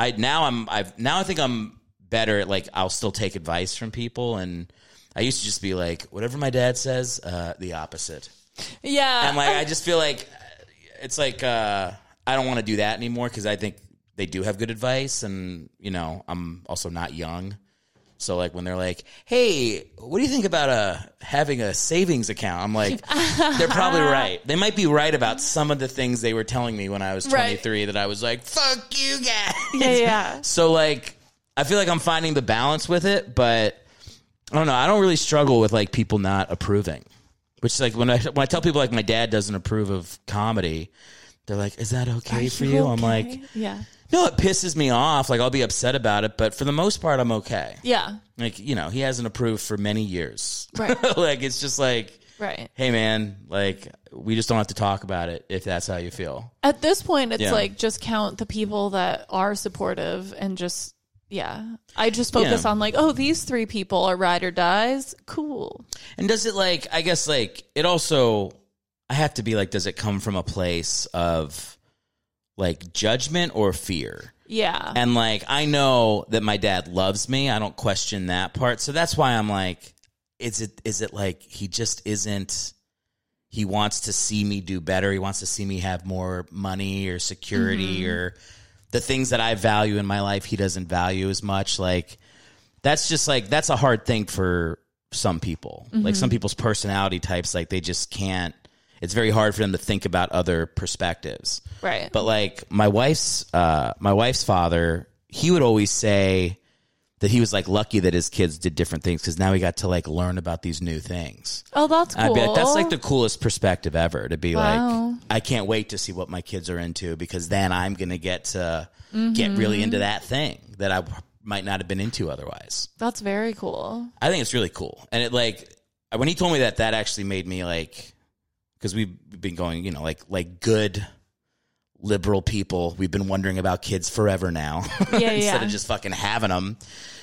[SPEAKER 1] I now I'm I've now I think I'm better at like I'll still take advice from people and I used to just be like whatever my dad says uh the opposite.
[SPEAKER 3] Yeah.
[SPEAKER 1] And like I just feel like it's like uh I don't want to do that anymore cuz I think they do have good advice and you know I'm also not young. So like when they're like, "Hey, what do you think about uh having a savings account?" I'm like, they're probably right. They might be right about some of the things they were telling me when I was
[SPEAKER 3] Right.
[SPEAKER 1] 23 that I was like, "Fuck you guys."
[SPEAKER 3] yeah, yeah.
[SPEAKER 1] So like I feel like I'm finding the balance with it, but I don't know. I don't really struggle with like people not approving. Which is like when I when I tell people like my dad doesn't approve of comedy, they're like, "Is that okay for you?" I'm like,
[SPEAKER 3] yeah.
[SPEAKER 1] "No, it pisses me off. Like I'll be upset about it, but for the most part I'm okay."
[SPEAKER 3] Yeah.
[SPEAKER 1] Like, you know, he hasn't approved for many years.
[SPEAKER 3] Right.
[SPEAKER 1] like it's just like,
[SPEAKER 3] Right.
[SPEAKER 1] "Hey man, like we just don't have to talk about it if that's how you feel."
[SPEAKER 3] At this point, it's
[SPEAKER 1] Yeah.
[SPEAKER 3] like just count the people that are supportive and just, yeah. I just focus
[SPEAKER 1] Yeah.
[SPEAKER 3] on like, oh, these three people are ride or dies. Cool.
[SPEAKER 1] And does it like I guess like it also I have to be like does it come from a place of like judgment or fear?
[SPEAKER 3] Yeah.
[SPEAKER 1] And like I know that my dad loves me. I don't question that part. So that's why I'm like is it is it like he just isn't he wants to see me do better. He wants to see me have more money or security or the things that I value in my life he doesn't value as much like that's just like that's a hard thing for some people like some people's personality types like they just can't it's very hard for them to think about other perspectives
[SPEAKER 3] right.
[SPEAKER 1] but like my wife's uh my wife's father he would always say that he was like lucky that his kids did different things because now he got to like learn about these new things
[SPEAKER 3] oh, that's cool.
[SPEAKER 1] I'd be like, that's like the coolest perspective ever to be
[SPEAKER 3] Wow.
[SPEAKER 1] like, I can't wait to see what my kids are into because then I'm going to get to get
[SPEAKER 3] Mm-hmm.
[SPEAKER 1] really into that thing that I might not have been into otherwise.
[SPEAKER 3] That's very cool.
[SPEAKER 1] I think it's really cool. And it like, when he told me that, that actually made me like, because we've been going, you know, like, like good liberal people. We've been wondering about kids forever now
[SPEAKER 3] Yeah,
[SPEAKER 1] instead
[SPEAKER 3] yeah.
[SPEAKER 1] of just fucking having them.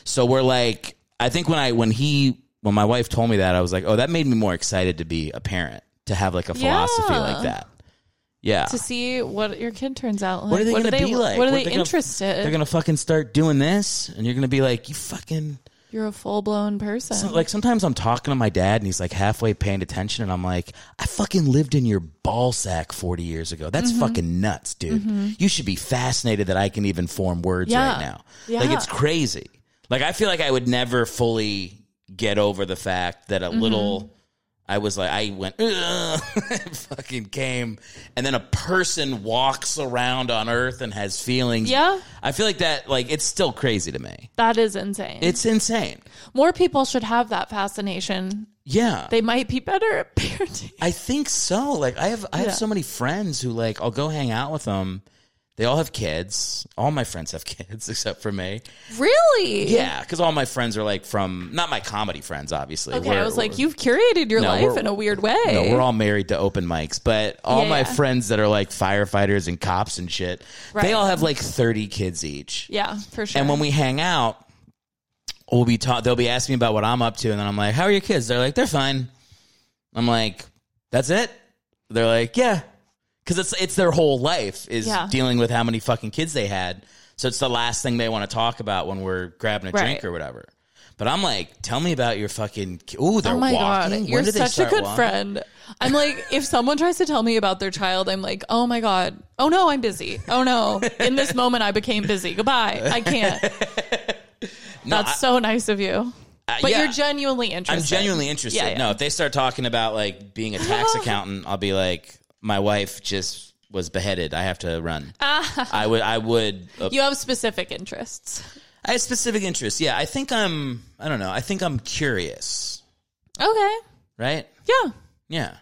[SPEAKER 1] So we're like, I think when I when he when my wife told me that, I was like, oh, that made me more excited to be a parent to have like a philosophy
[SPEAKER 3] Yeah.
[SPEAKER 1] like that. Yeah.
[SPEAKER 3] to see what your kid turns out like.
[SPEAKER 1] what are they
[SPEAKER 3] do
[SPEAKER 1] gonna be like?
[SPEAKER 3] What are
[SPEAKER 1] What
[SPEAKER 3] they,
[SPEAKER 1] gonna-
[SPEAKER 3] interested?
[SPEAKER 1] They're gonna fucking start doing this, and you're gonna be like, you fucking
[SPEAKER 3] You're a full blown person.
[SPEAKER 1] so, like. Sometimes I'm talking to my dad, and he's like halfway paying attention, and I'm like, I fucking lived in your ball sack 40 years ago. That's
[SPEAKER 3] Mm-hmm.
[SPEAKER 1] fucking nuts, dude. You should be fascinated that I can even form words
[SPEAKER 3] Yeah.
[SPEAKER 1] right now. Like
[SPEAKER 3] Yeah.
[SPEAKER 1] it's crazy. Like I feel like I would never fully get over the fact that a
[SPEAKER 3] Mm-hmm.
[SPEAKER 1] little I was like I went "Ugh," and fucking came and then a person walks around on earth and has feelings.
[SPEAKER 3] Yeah.
[SPEAKER 1] I feel like that like it's still crazy to me.
[SPEAKER 3] that is insane.
[SPEAKER 1] It's insane.
[SPEAKER 3] More people should have that fascination.
[SPEAKER 1] Yeah.
[SPEAKER 3] They might be better at parenting.
[SPEAKER 1] I think so. Like I have I have
[SPEAKER 3] Yeah.
[SPEAKER 1] so many friends who like I'll go hang out with them. They all have kids. All my friends have kids except for me.
[SPEAKER 3] Really?
[SPEAKER 1] Yeah, because all my friends are like from not my comedy friends, obviously.
[SPEAKER 3] Okay,
[SPEAKER 1] We're-
[SPEAKER 3] I was like,
[SPEAKER 1] we're-
[SPEAKER 3] you've curated your
[SPEAKER 1] No,
[SPEAKER 3] life
[SPEAKER 1] we're-
[SPEAKER 3] in a weird way.
[SPEAKER 1] No, we're all married to open mics, but all
[SPEAKER 3] Yeah,
[SPEAKER 1] my
[SPEAKER 3] yeah.
[SPEAKER 1] friends that are like firefighters and cops and shit,
[SPEAKER 3] Right.
[SPEAKER 1] they all have like thirty kids each.
[SPEAKER 3] yeah, for sure.
[SPEAKER 1] And when we hang out, we'll be taught. They'll be asking me about what I'm up to, and then I'm like, "How are your kids?" They're like, "They're fine." I'm like, "That's it." They're like, "Yeah," because it's it's their whole life is
[SPEAKER 3] Yeah.
[SPEAKER 1] dealing with how many fucking kids they had. So it's the last thing they want to talk about when we're grabbing a drink
[SPEAKER 3] Right.
[SPEAKER 1] or whatever. But I'm like, tell me about your fucking. ki- Ooh, they're
[SPEAKER 3] oh my
[SPEAKER 1] walking.
[SPEAKER 3] god,
[SPEAKER 1] When
[SPEAKER 3] you're
[SPEAKER 1] did they
[SPEAKER 3] such a
[SPEAKER 1] start
[SPEAKER 3] good
[SPEAKER 1] walking?
[SPEAKER 3] friend. I'm like, if someone tries to tell me about their child, I'm like, oh my god, oh no, I'm busy. Oh no, in this moment, I became busy. Goodbye, I can't.
[SPEAKER 1] No,
[SPEAKER 3] That's so nice of you.
[SPEAKER 1] I-
[SPEAKER 3] But
[SPEAKER 1] Uh, yeah.
[SPEAKER 3] you're genuinely interested.
[SPEAKER 1] I'm genuinely interested.
[SPEAKER 3] Yeah, yeah.
[SPEAKER 1] No, if they start talking about like being a tax accountant, I'll be like, my wife just was beheaded. I have to run.
[SPEAKER 3] Ah.
[SPEAKER 1] I would. I would. uh,
[SPEAKER 3] You have specific interests.
[SPEAKER 1] I have specific interests. Yeah, I think I'm. I don't know. I think I'm curious.
[SPEAKER 3] Okay.
[SPEAKER 1] Right.
[SPEAKER 3] Yeah.
[SPEAKER 1] Yeah.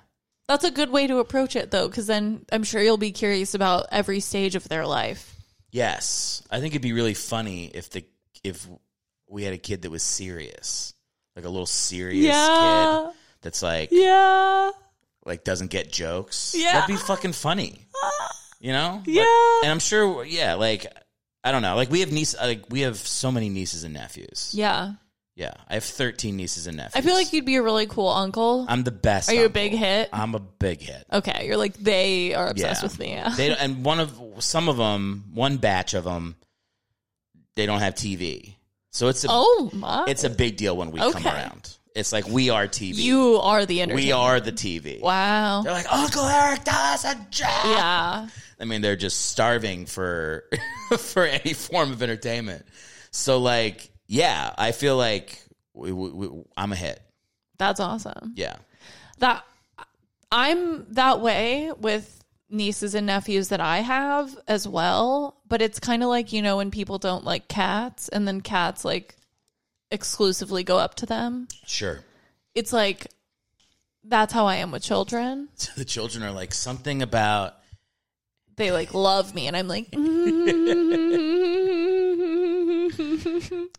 [SPEAKER 3] That's a good way to approach it, though, because then I'm sure you'll be curious about every stage of their life.
[SPEAKER 1] Yes. I think it'd be really funny if the if we had a kid that was serious, like a little serious
[SPEAKER 3] Yeah.
[SPEAKER 1] kid that's like
[SPEAKER 3] Yeah.
[SPEAKER 1] like doesn't get jokes.
[SPEAKER 3] Yeah. Uh,
[SPEAKER 1] That'd be fucking funny. You know? Like-
[SPEAKER 3] Yeah.
[SPEAKER 1] and I'm sure yeah, like I don't know. Like we have niece like we have so many nieces and nephews.
[SPEAKER 3] Yeah.
[SPEAKER 1] Yeah. I have 13 nieces and
[SPEAKER 3] I
[SPEAKER 1] nephews.
[SPEAKER 3] feel like you'd be a really cool uncle.
[SPEAKER 1] I'm the best.
[SPEAKER 3] Are you a
[SPEAKER 1] uncle.
[SPEAKER 3] big hit?
[SPEAKER 1] I'm a big hit.
[SPEAKER 3] Okay. You're like, they are obsessed
[SPEAKER 1] Yeah.
[SPEAKER 3] with me. Yeah.
[SPEAKER 1] They don't- and one of some of them, one batch of them, they don't have TV. So it's a
[SPEAKER 3] Oh my!
[SPEAKER 1] it's a big deal when we come
[SPEAKER 3] Okay.
[SPEAKER 1] around. It's like we are TV.
[SPEAKER 3] you are the entertainment.
[SPEAKER 1] we are the TV.
[SPEAKER 3] Wow.
[SPEAKER 1] They're like Uncle Eric does a job.
[SPEAKER 3] Yeah.
[SPEAKER 1] I mean, they're just starving for for any form of entertainment. So like, yeah, I feel like we, we, we, I'm a hit.
[SPEAKER 3] That's awesome.
[SPEAKER 1] Yeah.
[SPEAKER 3] That I'm that way with nieces and nephews that I have as well, but it's kind of like, you know, when people don't like cats and then cats like exclusively go up to them.
[SPEAKER 1] Sure.
[SPEAKER 3] It's like that's how I am with children.
[SPEAKER 1] So the children are like something about
[SPEAKER 3] They like love me and I'm like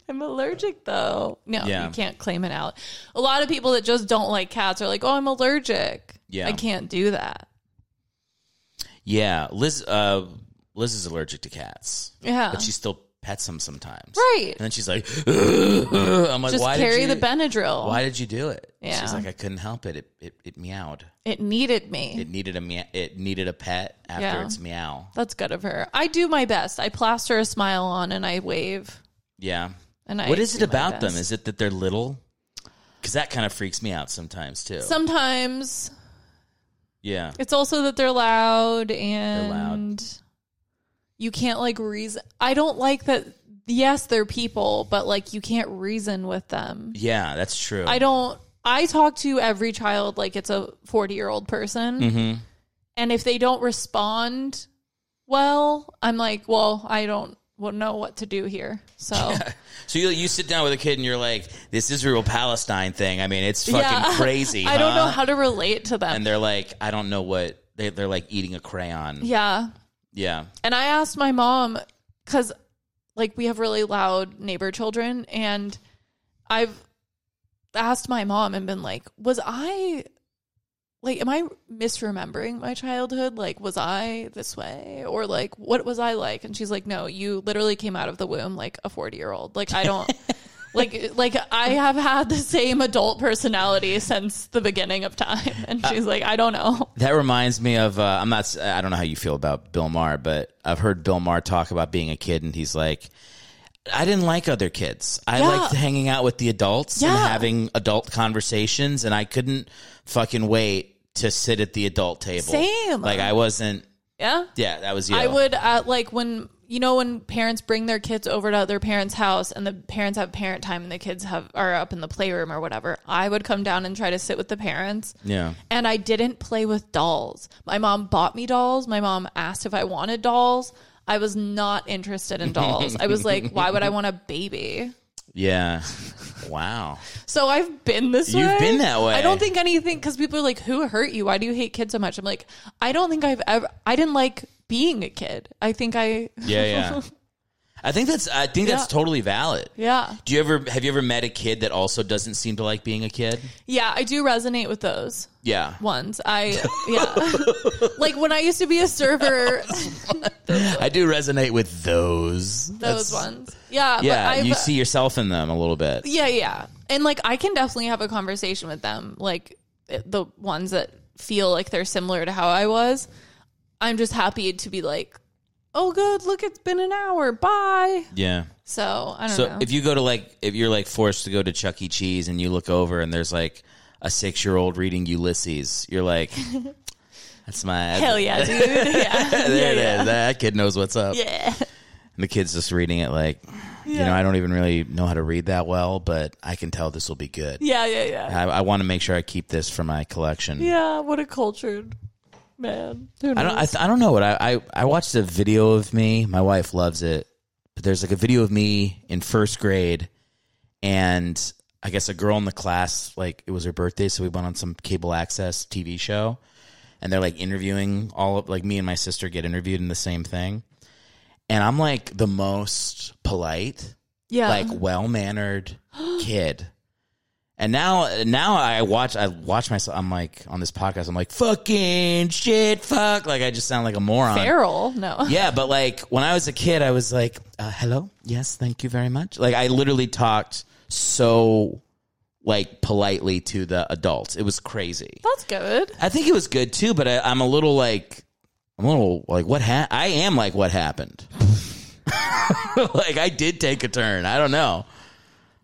[SPEAKER 3] I'm allergic though. No,
[SPEAKER 1] Yeah.
[SPEAKER 3] you can't claim it out. A lot of people that just don't like cats are like, "Oh, I'm allergic."
[SPEAKER 1] Yeah.
[SPEAKER 3] I can't do that.
[SPEAKER 1] yeah. Liz uh, Liz is allergic to cats,
[SPEAKER 3] Yeah.
[SPEAKER 1] but she still pets them sometimes.
[SPEAKER 3] Oh. Right.
[SPEAKER 1] And then she's like, I'm like,
[SPEAKER 3] just
[SPEAKER 1] why
[SPEAKER 3] carry
[SPEAKER 1] did you,
[SPEAKER 3] the Benadryl.
[SPEAKER 1] Why did you do it?
[SPEAKER 3] Yeah.
[SPEAKER 1] She's like, I couldn't help it. It it, it meowed.
[SPEAKER 3] It needed me.
[SPEAKER 1] It needed a meow. It needed a pet after
[SPEAKER 3] Yeah.
[SPEAKER 1] its meow.
[SPEAKER 3] That's good of her. I do my best. I plaster a smile on and I wave.
[SPEAKER 1] Yeah.
[SPEAKER 3] And I
[SPEAKER 1] what is it
[SPEAKER 3] do my
[SPEAKER 1] about them?
[SPEAKER 3] best.
[SPEAKER 1] Is it that they're little? Because that kind of freaks me out sometimes too.
[SPEAKER 3] Sometimes
[SPEAKER 1] yeah.
[SPEAKER 3] it's also that they're loud and
[SPEAKER 1] loud.
[SPEAKER 3] you can't like reason. I don't like that. Yes, they're people, but like you can't reason with them.
[SPEAKER 1] Yeah, that's true.
[SPEAKER 3] I don't. I talk to every child like it's a forty-year-old person,
[SPEAKER 1] Mm-hmm.
[SPEAKER 3] and if they don't respond well, I'm like, well, I don't well, know what to do here. So
[SPEAKER 1] So you you sit down with a kid and you're like, this Israel Palestine thing. I mean, it's fucking
[SPEAKER 3] yeah,
[SPEAKER 1] crazy.
[SPEAKER 3] I don't know
[SPEAKER 1] huh?"
[SPEAKER 3] how to relate to them.
[SPEAKER 1] And they're like, I don't know what they they're like eating a crayon. Yeah.
[SPEAKER 3] yeah,
[SPEAKER 1] Yeah.
[SPEAKER 3] and I asked my mom because like we have really loud neighbor children, and I've asked my mom and been like, was I like, am I misremembering my childhood? Like, was I this way? Or like, what was I like? And she's like, no, you literally came out of the womb like a 40 year old. Like, I don't. Like, like I have had the same adult personality since the beginning of time, and she's like, I don't know.
[SPEAKER 1] That reminds me of uh, I'm not s- I don't know how you feel about Bill Maher, but I've heard Bill Maher talk about being a kid and he's like I didn't like other kids. I
[SPEAKER 3] Yeah.
[SPEAKER 1] liked hanging out with the adults and
[SPEAKER 3] Yeah.
[SPEAKER 1] having adult conversations and I couldn't fucking wait to sit at the adult table.
[SPEAKER 3] Same.
[SPEAKER 1] Like I wasn't
[SPEAKER 3] Yeah,
[SPEAKER 1] yeah, that was you.
[SPEAKER 3] I would uh, like when you know when parents bring their kids over to their parents' house and the parents have parent time and the kids have are up in the playroom or whatever. I would come down and try to sit with the parents.
[SPEAKER 1] Yeah.
[SPEAKER 3] And I didn't play with dolls. My mom bought me dolls. My mom asked if I wanted dolls. I was not interested in dolls. I was like, why would I want a baby?
[SPEAKER 1] Yeah. wow.
[SPEAKER 3] So I've been this way.
[SPEAKER 1] You've been that way.
[SPEAKER 3] I don't think anything because people are like, "Who hurt you? Why do you hate kids so much?" I'm like, I don't think I've ever. I didn't like being a kid. I think I.
[SPEAKER 1] Yeah, yeah. I think that's I think that's
[SPEAKER 3] Yeah.
[SPEAKER 1] totally valid.
[SPEAKER 3] Yeah.
[SPEAKER 1] Do you ever have you ever met a kid that also doesn't seem to like being a kid?
[SPEAKER 3] Yeah, I do resonate with those
[SPEAKER 1] Yeah.
[SPEAKER 3] ones. I yeah. like when I used to be a server,
[SPEAKER 1] I do resonate with those.
[SPEAKER 3] those ones. Yeah,
[SPEAKER 1] Yeah,
[SPEAKER 3] but I've, uh,
[SPEAKER 1] you see yourself in them a little bit.
[SPEAKER 3] Yeah, yeah. And like I can definitely have a conversation with them, like it- the ones that feel like they're similar to how I was. I'm just happy to be like, "Oh good, look it's been an hour. Bye."
[SPEAKER 1] Yeah.
[SPEAKER 3] So, I don't
[SPEAKER 1] So
[SPEAKER 3] know.
[SPEAKER 1] if you go to like, if you're like forced to go to Chuck E. Cheese and you look over and there's like a six year old reading Ulysses, you're like, that's my.
[SPEAKER 3] Hell yeah, dude. Yeah.
[SPEAKER 1] There it is. That kid knows what's up.
[SPEAKER 3] yeah.
[SPEAKER 1] And the kid's just reading it like, you know, I don't even really know how to read that well, but I can tell this will be good.
[SPEAKER 3] Yeah, yeah, yeah.
[SPEAKER 1] I, I want to make sure I keep this for my collection.
[SPEAKER 3] Yeah, what a cultured man. Who
[SPEAKER 1] I don't.
[SPEAKER 3] knows?
[SPEAKER 1] I, th- I don't know what I, I. I watched a video of me. My wife loves it, but there's like a video of me in first grade, and I guess a girl in the class like it was her birthday, so we went on some cable access TV show, and they're like interviewing all of like me and my sister get interviewed in the same thing, and I'm like the most polite,
[SPEAKER 3] yeah.
[SPEAKER 1] like well mannered kid. And now, now I watch, I watch myself. I'm like on this podcast. I'm like fucking shit, fuck. Like I just sound like a moron.
[SPEAKER 3] feral. No.
[SPEAKER 1] Yeah, but like when I was a kid, I was like, uh, "Hello, yes, thank you very much." Like I literally talked so like politely to the adults. It was crazy.
[SPEAKER 3] That's good.
[SPEAKER 1] I think it was good too, but I, I'm a little like, I'm a little like, what ha- I am like, what happened? like I did take a turn. I don't know.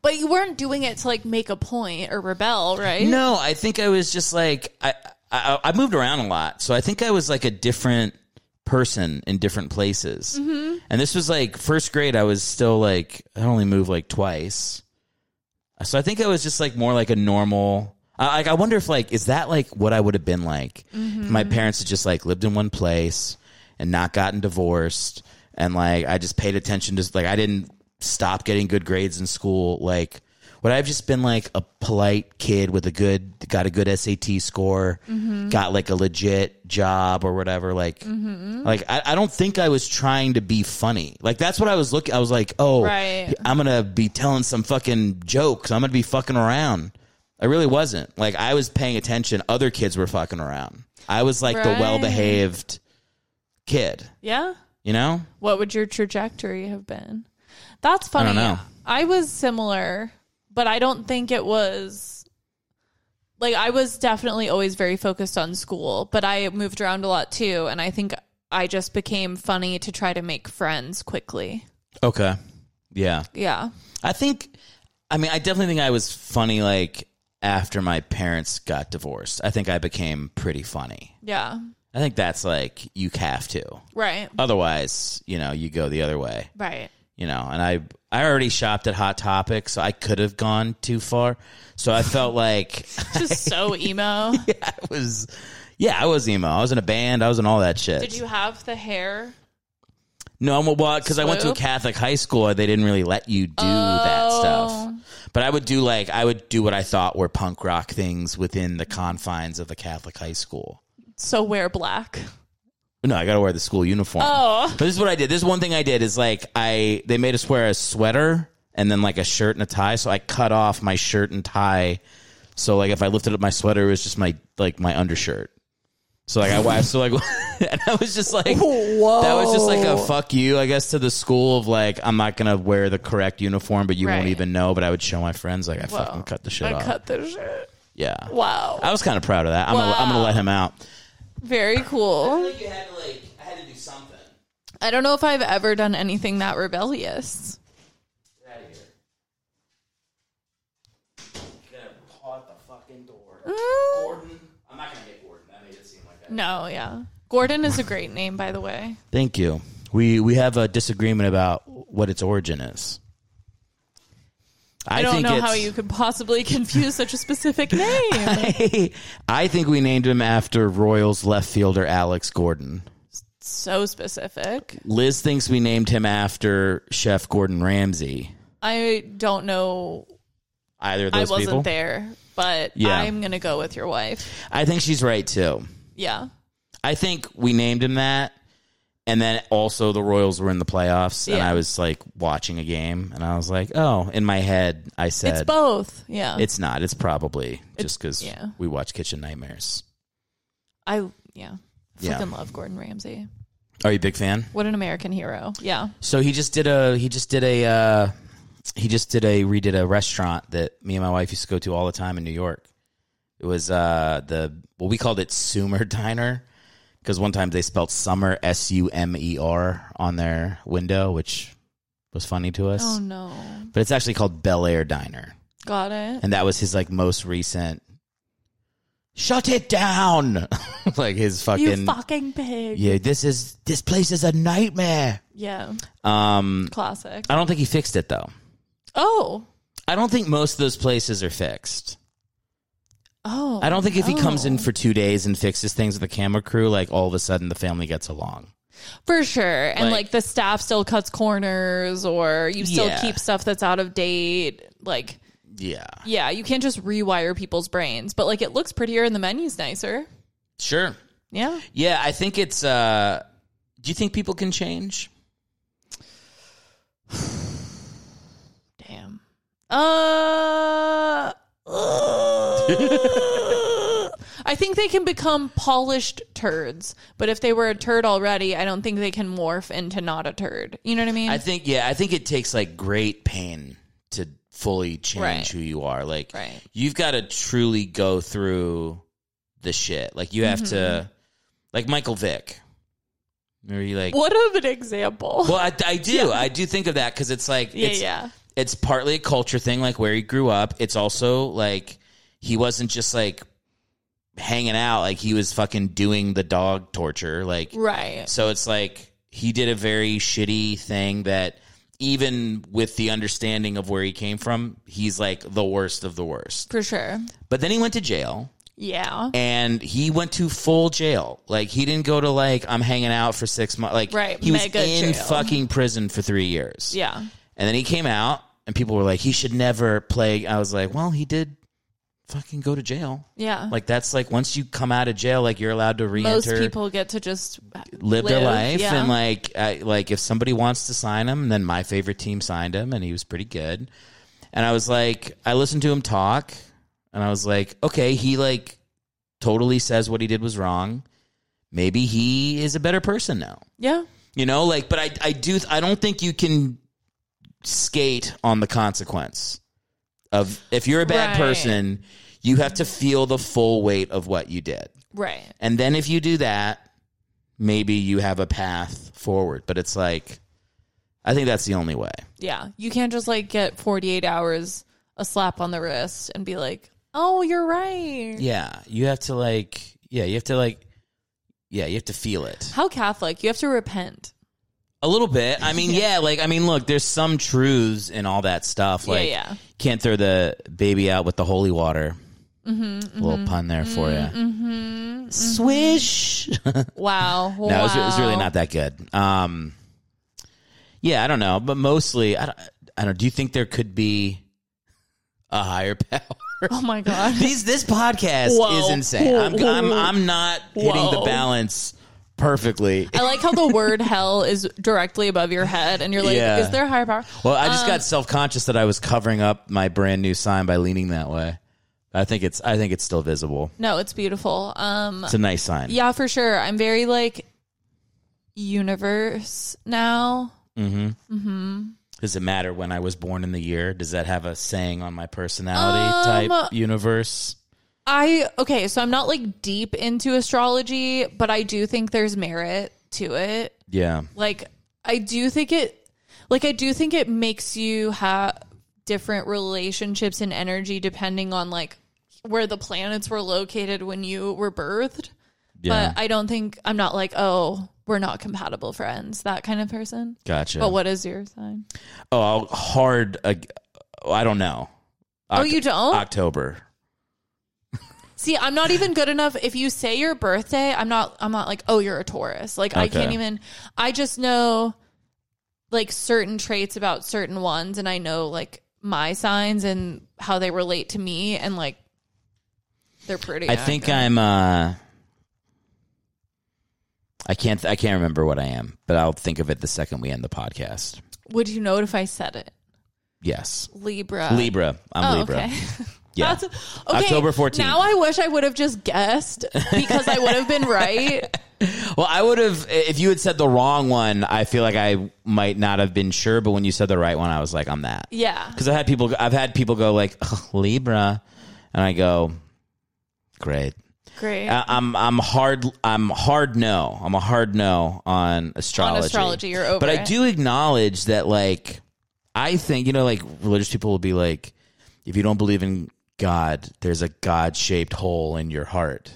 [SPEAKER 3] But you weren't doing it to like make a point or rebel, right?
[SPEAKER 1] No, I think I was just like I, I I moved around a lot, so I think I was like a different person in different places. And this was like first grade. I was still like I only moved like twice, so I think I was just like more like a normal. I, like I wonder if like is that like what I would have been like if my parents had just like lived in one place and not gotten divorced and like I just paid attention to like I didn't stop getting good grades in school like would I have just been like a polite kid with a good got a good SAT score got like a legit job or whatever like
[SPEAKER 3] Mm.
[SPEAKER 1] like I, I don't think I was trying to be funny like that's what I was looking I was like oh
[SPEAKER 3] Right.
[SPEAKER 1] I'm gonna be telling some fucking jokes I'm gonna be fucking around I really wasn't like I was paying attention other kids were fucking around I was like the
[SPEAKER 3] Right.
[SPEAKER 1] well behaved kid
[SPEAKER 3] Yeah.
[SPEAKER 1] you know
[SPEAKER 3] What would your trajectory have been? That's funny.
[SPEAKER 1] I don't know.
[SPEAKER 3] I was similar, but I don't think it was like I was definitely always very focused on school, but I moved around a lot too, and I think I just became funny to try to make friends quickly.
[SPEAKER 1] okay yeah
[SPEAKER 3] Yeah.
[SPEAKER 1] I think, I mean, I definitely think I was funny like after my parents got divorced. I think I became pretty funny.
[SPEAKER 3] Yeah.
[SPEAKER 1] I think that's like, you have to.
[SPEAKER 3] Right.
[SPEAKER 1] Uh, Otherwise, you know, you go the other way,
[SPEAKER 3] Right.
[SPEAKER 1] you know, and I, I already shopped at Hot Topic, so I could have gone too far. So I felt like
[SPEAKER 3] Just so emo.
[SPEAKER 1] I was, yeah, I was emo. I was in a band. I was in all that shit.
[SPEAKER 3] Did you have the hair?
[SPEAKER 1] No, I'm well because I went to a
[SPEAKER 3] Swoop?
[SPEAKER 1] Catholic high school. and They didn't really let you do that stuff. But I would do like I would do what I thought were punk rock things within the confines of the Catholic high school.
[SPEAKER 3] So wear black.
[SPEAKER 1] No, I got to wear the school uniform.
[SPEAKER 3] Oh.
[SPEAKER 1] But this is what I did. This is one thing I did is like I they made us wear a sweater and then like a shirt and a tie. So I cut off my shirt and tie. So like if I lifted up my sweater, it was just my like my undershirt. So like I wa- so like and I was just like that was just like a fuck you, I guess, to the school of like I'm not gonna wear the correct uniform, but you
[SPEAKER 3] Right.
[SPEAKER 1] won't even know. But I would show my friends like I
[SPEAKER 3] Whoa.
[SPEAKER 1] fucking cut the shit
[SPEAKER 3] I
[SPEAKER 1] off.
[SPEAKER 3] cut the shit.
[SPEAKER 1] yeah,
[SPEAKER 3] Wow.
[SPEAKER 1] I was kind of proud of that. I'm gonna, I'm gonna
[SPEAKER 3] Wow.
[SPEAKER 1] let him out.
[SPEAKER 3] Very cool.
[SPEAKER 1] you had to like I had to do something.
[SPEAKER 3] I don't know if I've ever done anything that rebellious.
[SPEAKER 1] I'm not gonna get Gordon. That made it seem like that.
[SPEAKER 3] No, yeah. Gordon is a great name, by the way.
[SPEAKER 1] Thank you. We we have a disagreement about what its origin is.
[SPEAKER 3] I, don't
[SPEAKER 1] think
[SPEAKER 3] know
[SPEAKER 1] it's-
[SPEAKER 3] how you could possibly confuse such a specific name.
[SPEAKER 1] I think we named him after Royals left fielder Alex Gordon.
[SPEAKER 3] so specific.
[SPEAKER 1] Liz thinks we named him after Chef Gordon Ramsay.
[SPEAKER 3] I don't know.
[SPEAKER 1] Either of
[SPEAKER 3] I
[SPEAKER 1] those
[SPEAKER 3] wasn't
[SPEAKER 1] people.
[SPEAKER 3] there, but
[SPEAKER 1] Yeah.
[SPEAKER 3] I'm going to go with your wife.
[SPEAKER 1] I think she's right too.
[SPEAKER 3] Yeah.
[SPEAKER 1] I think we named him that. And then also the Royals were in the playoffs, and
[SPEAKER 3] Yeah.
[SPEAKER 1] I was like watching a game, and I was like, "Oh!" In my head, I said,
[SPEAKER 3] It's both. Yeah.
[SPEAKER 1] It's not. It's probably just because
[SPEAKER 3] yeah.
[SPEAKER 1] we watch Kitchen Nightmares.
[SPEAKER 3] I, yeah.
[SPEAKER 1] Yeah.
[SPEAKER 3] Fucking love Gordon Ramsay.
[SPEAKER 1] Are you a big fan?
[SPEAKER 3] What an American hero. Yeah.
[SPEAKER 1] So he just did a he just did a uh, he just did a redid a restaurant that me and my wife used to go to all the time in New York. It was uh, the well we called it Sumer Diner because one time they spelled summer S U M E R on their window, which was funny to us.
[SPEAKER 3] Oh, no.
[SPEAKER 1] But it's actually called Bel Air Diner,
[SPEAKER 3] Got it.
[SPEAKER 1] and that was his like most recent. Shut it down! like his
[SPEAKER 3] You
[SPEAKER 1] fucking
[SPEAKER 3] fucking pig.
[SPEAKER 1] yeah this is this place is a nightmare
[SPEAKER 3] yeah.
[SPEAKER 1] um
[SPEAKER 3] Classic.
[SPEAKER 1] i don't think he fixed it though
[SPEAKER 3] Oh.
[SPEAKER 1] i don't think most of those places are fixed
[SPEAKER 3] Oh.
[SPEAKER 1] i don't think if he comes in
[SPEAKER 3] no.
[SPEAKER 1] for two days and fixes things with the camera crew like all of a sudden the family gets along
[SPEAKER 3] For sure. And
[SPEAKER 1] Like-
[SPEAKER 3] like, the staff still cuts corners or you still
[SPEAKER 1] Yeah.
[SPEAKER 3] keep stuff that's out of date. Like,
[SPEAKER 1] yeah
[SPEAKER 3] yeah, you can't just rewire people's brains, but like it looks prettier and the menu's nicer.
[SPEAKER 1] sure
[SPEAKER 3] Yeah.
[SPEAKER 1] yeah i think it's uh do you think people can change
[SPEAKER 3] Damn. Uh, I think they can become polished turds, but if they were a turd already, I don't think they can morph into not a turd. You know what I mean?
[SPEAKER 1] i think yeah i think it takes like great pain to fully change
[SPEAKER 3] Right.
[SPEAKER 1] who you are like
[SPEAKER 3] Right.
[SPEAKER 1] you've got to truly go through the shit like you have
[SPEAKER 3] Mm-hmm.
[SPEAKER 1] to like michael vick Remember you like
[SPEAKER 3] what of an example.
[SPEAKER 1] Well, I, I do. I do think of that because it's like,
[SPEAKER 3] yeah,
[SPEAKER 1] it's,
[SPEAKER 3] yeah.
[SPEAKER 1] it's partly a culture thing, like where he grew up. It's also like he wasn't just like hanging out, like he was fucking doing the dog torture. Like
[SPEAKER 3] Right.
[SPEAKER 1] so it's like he did a very shitty thing that even with the understanding of where he came from, he's like the worst of the worst.
[SPEAKER 3] For sure.
[SPEAKER 1] But then he went to jail
[SPEAKER 3] Yeah.
[SPEAKER 1] and he went to full jail. Like he didn't go to like I'm hanging out for 6 months. Like
[SPEAKER 3] Right,
[SPEAKER 1] he was
[SPEAKER 3] mega
[SPEAKER 1] in
[SPEAKER 3] jail.
[SPEAKER 1] fucking prison for 3 years.
[SPEAKER 3] Yeah.
[SPEAKER 1] And then he came out and people were like he should never play. I was like, "Well, he did fucking go to jail."
[SPEAKER 3] Yeah.
[SPEAKER 1] Like that's like once you come out of jail, like you're allowed to
[SPEAKER 3] most
[SPEAKER 1] re-enter
[SPEAKER 3] people get to just
[SPEAKER 1] live their
[SPEAKER 3] live,
[SPEAKER 1] life
[SPEAKER 3] yeah.
[SPEAKER 1] and like I, like if somebody wants to sign him then my favorite team signed him and he was pretty good and i was like i listened to him talk and i was like okay he like totally says what he did was wrong maybe he is a better person now
[SPEAKER 3] Yeah.
[SPEAKER 1] you know like but i i do i don't think you can skate on the consequence of if you're a bad
[SPEAKER 3] Right.
[SPEAKER 1] person you have to feel the full weight of what you did
[SPEAKER 3] Right.
[SPEAKER 1] and then if you do that, maybe you have a path forward. But it's like, I think that's the only way.
[SPEAKER 3] Yeah. You can't just like get 48 hours, a slap on the wrist, and be like, oh, you're right.
[SPEAKER 1] Yeah. You have to like, yeah, you have to like, yeah, you have to feel it
[SPEAKER 3] How Catholic? You have to repent.
[SPEAKER 1] a little bit. I mean, yeah, like, I mean, look, there's some truths in all that stuff.
[SPEAKER 3] Yeah,
[SPEAKER 1] Like,
[SPEAKER 3] yeah.
[SPEAKER 1] can't throw the baby out with the holy water. Mm-hmm, Little pun there for you. Swish.
[SPEAKER 3] Wow.
[SPEAKER 1] No, it was, it was really not that good. Um, yeah, I don't know, but mostly, I don't, I don't. Do you think there could be a higher power?
[SPEAKER 3] Oh my God.
[SPEAKER 1] These this podcast
[SPEAKER 3] Whoa.
[SPEAKER 1] is insane. I'm,
[SPEAKER 3] Whoa.
[SPEAKER 1] I'm I'm not hitting the
[SPEAKER 3] Whoa.
[SPEAKER 1] balance perfectly.
[SPEAKER 3] I like how the word hell is directly above your head, and you're like,
[SPEAKER 1] Yeah.
[SPEAKER 3] is there a higher power?
[SPEAKER 1] Well, I
[SPEAKER 3] Um,
[SPEAKER 1] just got self conscious that I was covering up my brand new sign by leaning that way. I think it's I think it's still visible.
[SPEAKER 3] No, it's beautiful. Um,
[SPEAKER 1] It's a nice sign.
[SPEAKER 3] yeah, for sure. I'm very like universe now.
[SPEAKER 1] Does it matter when I was born in the year? Does that have a saying on my personality
[SPEAKER 3] Um,
[SPEAKER 1] type universe?
[SPEAKER 3] I okay, so I'm not like deep into astrology, but I do think there's merit to it.
[SPEAKER 1] Yeah.
[SPEAKER 3] Like I do think it like I do think it makes you have different relationships and energy depending on like where the planets were located when you were birthed.
[SPEAKER 1] Yeah.
[SPEAKER 3] But I don't think I'm not like, oh, we're not compatible friends, that kind of person.
[SPEAKER 1] Gotcha.
[SPEAKER 3] But what is your sign?
[SPEAKER 1] Oh, I'll hard. ag- oh, I don't know.
[SPEAKER 3] oh, you don't?
[SPEAKER 1] October.
[SPEAKER 3] See, I'm not even good enough. If you say your birthday, I'm not. I'm not like, oh, you're a Taurus. Like I
[SPEAKER 1] Okay.
[SPEAKER 3] can't even. I just know like certain traits about certain ones, and I know like my signs and how they relate to me, and like they're pretty.
[SPEAKER 1] I think I'm. uh I can't. I can't remember what I am, but I'll think of it the second we end the podcast.
[SPEAKER 3] Would you know it if I said it?
[SPEAKER 1] Yes,
[SPEAKER 3] Libra.
[SPEAKER 1] Libra. I'm
[SPEAKER 3] Oh,
[SPEAKER 1] Libra.
[SPEAKER 3] okay.
[SPEAKER 1] Yeah.
[SPEAKER 3] That's, okay.
[SPEAKER 1] October 14th.
[SPEAKER 3] Now I wish I would have just guessed because I would have been right.
[SPEAKER 1] Well, I would have if you had said the wrong one. I feel like I might not have been sure, but when you said the right one, I was like, I'm that.
[SPEAKER 3] Yeah.
[SPEAKER 1] Because I had people. I've had people go like "Ugh, Libra, and I go, great.
[SPEAKER 3] Great.
[SPEAKER 1] I- I'm I'm hard I'm hard no. I'm a hard no on astrology.
[SPEAKER 3] On astrology, you're over
[SPEAKER 1] But I
[SPEAKER 3] it.
[SPEAKER 1] do acknowledge that like I think, you know, like religious people will be like, if you don't believe in God, there's a God shaped hole in your heart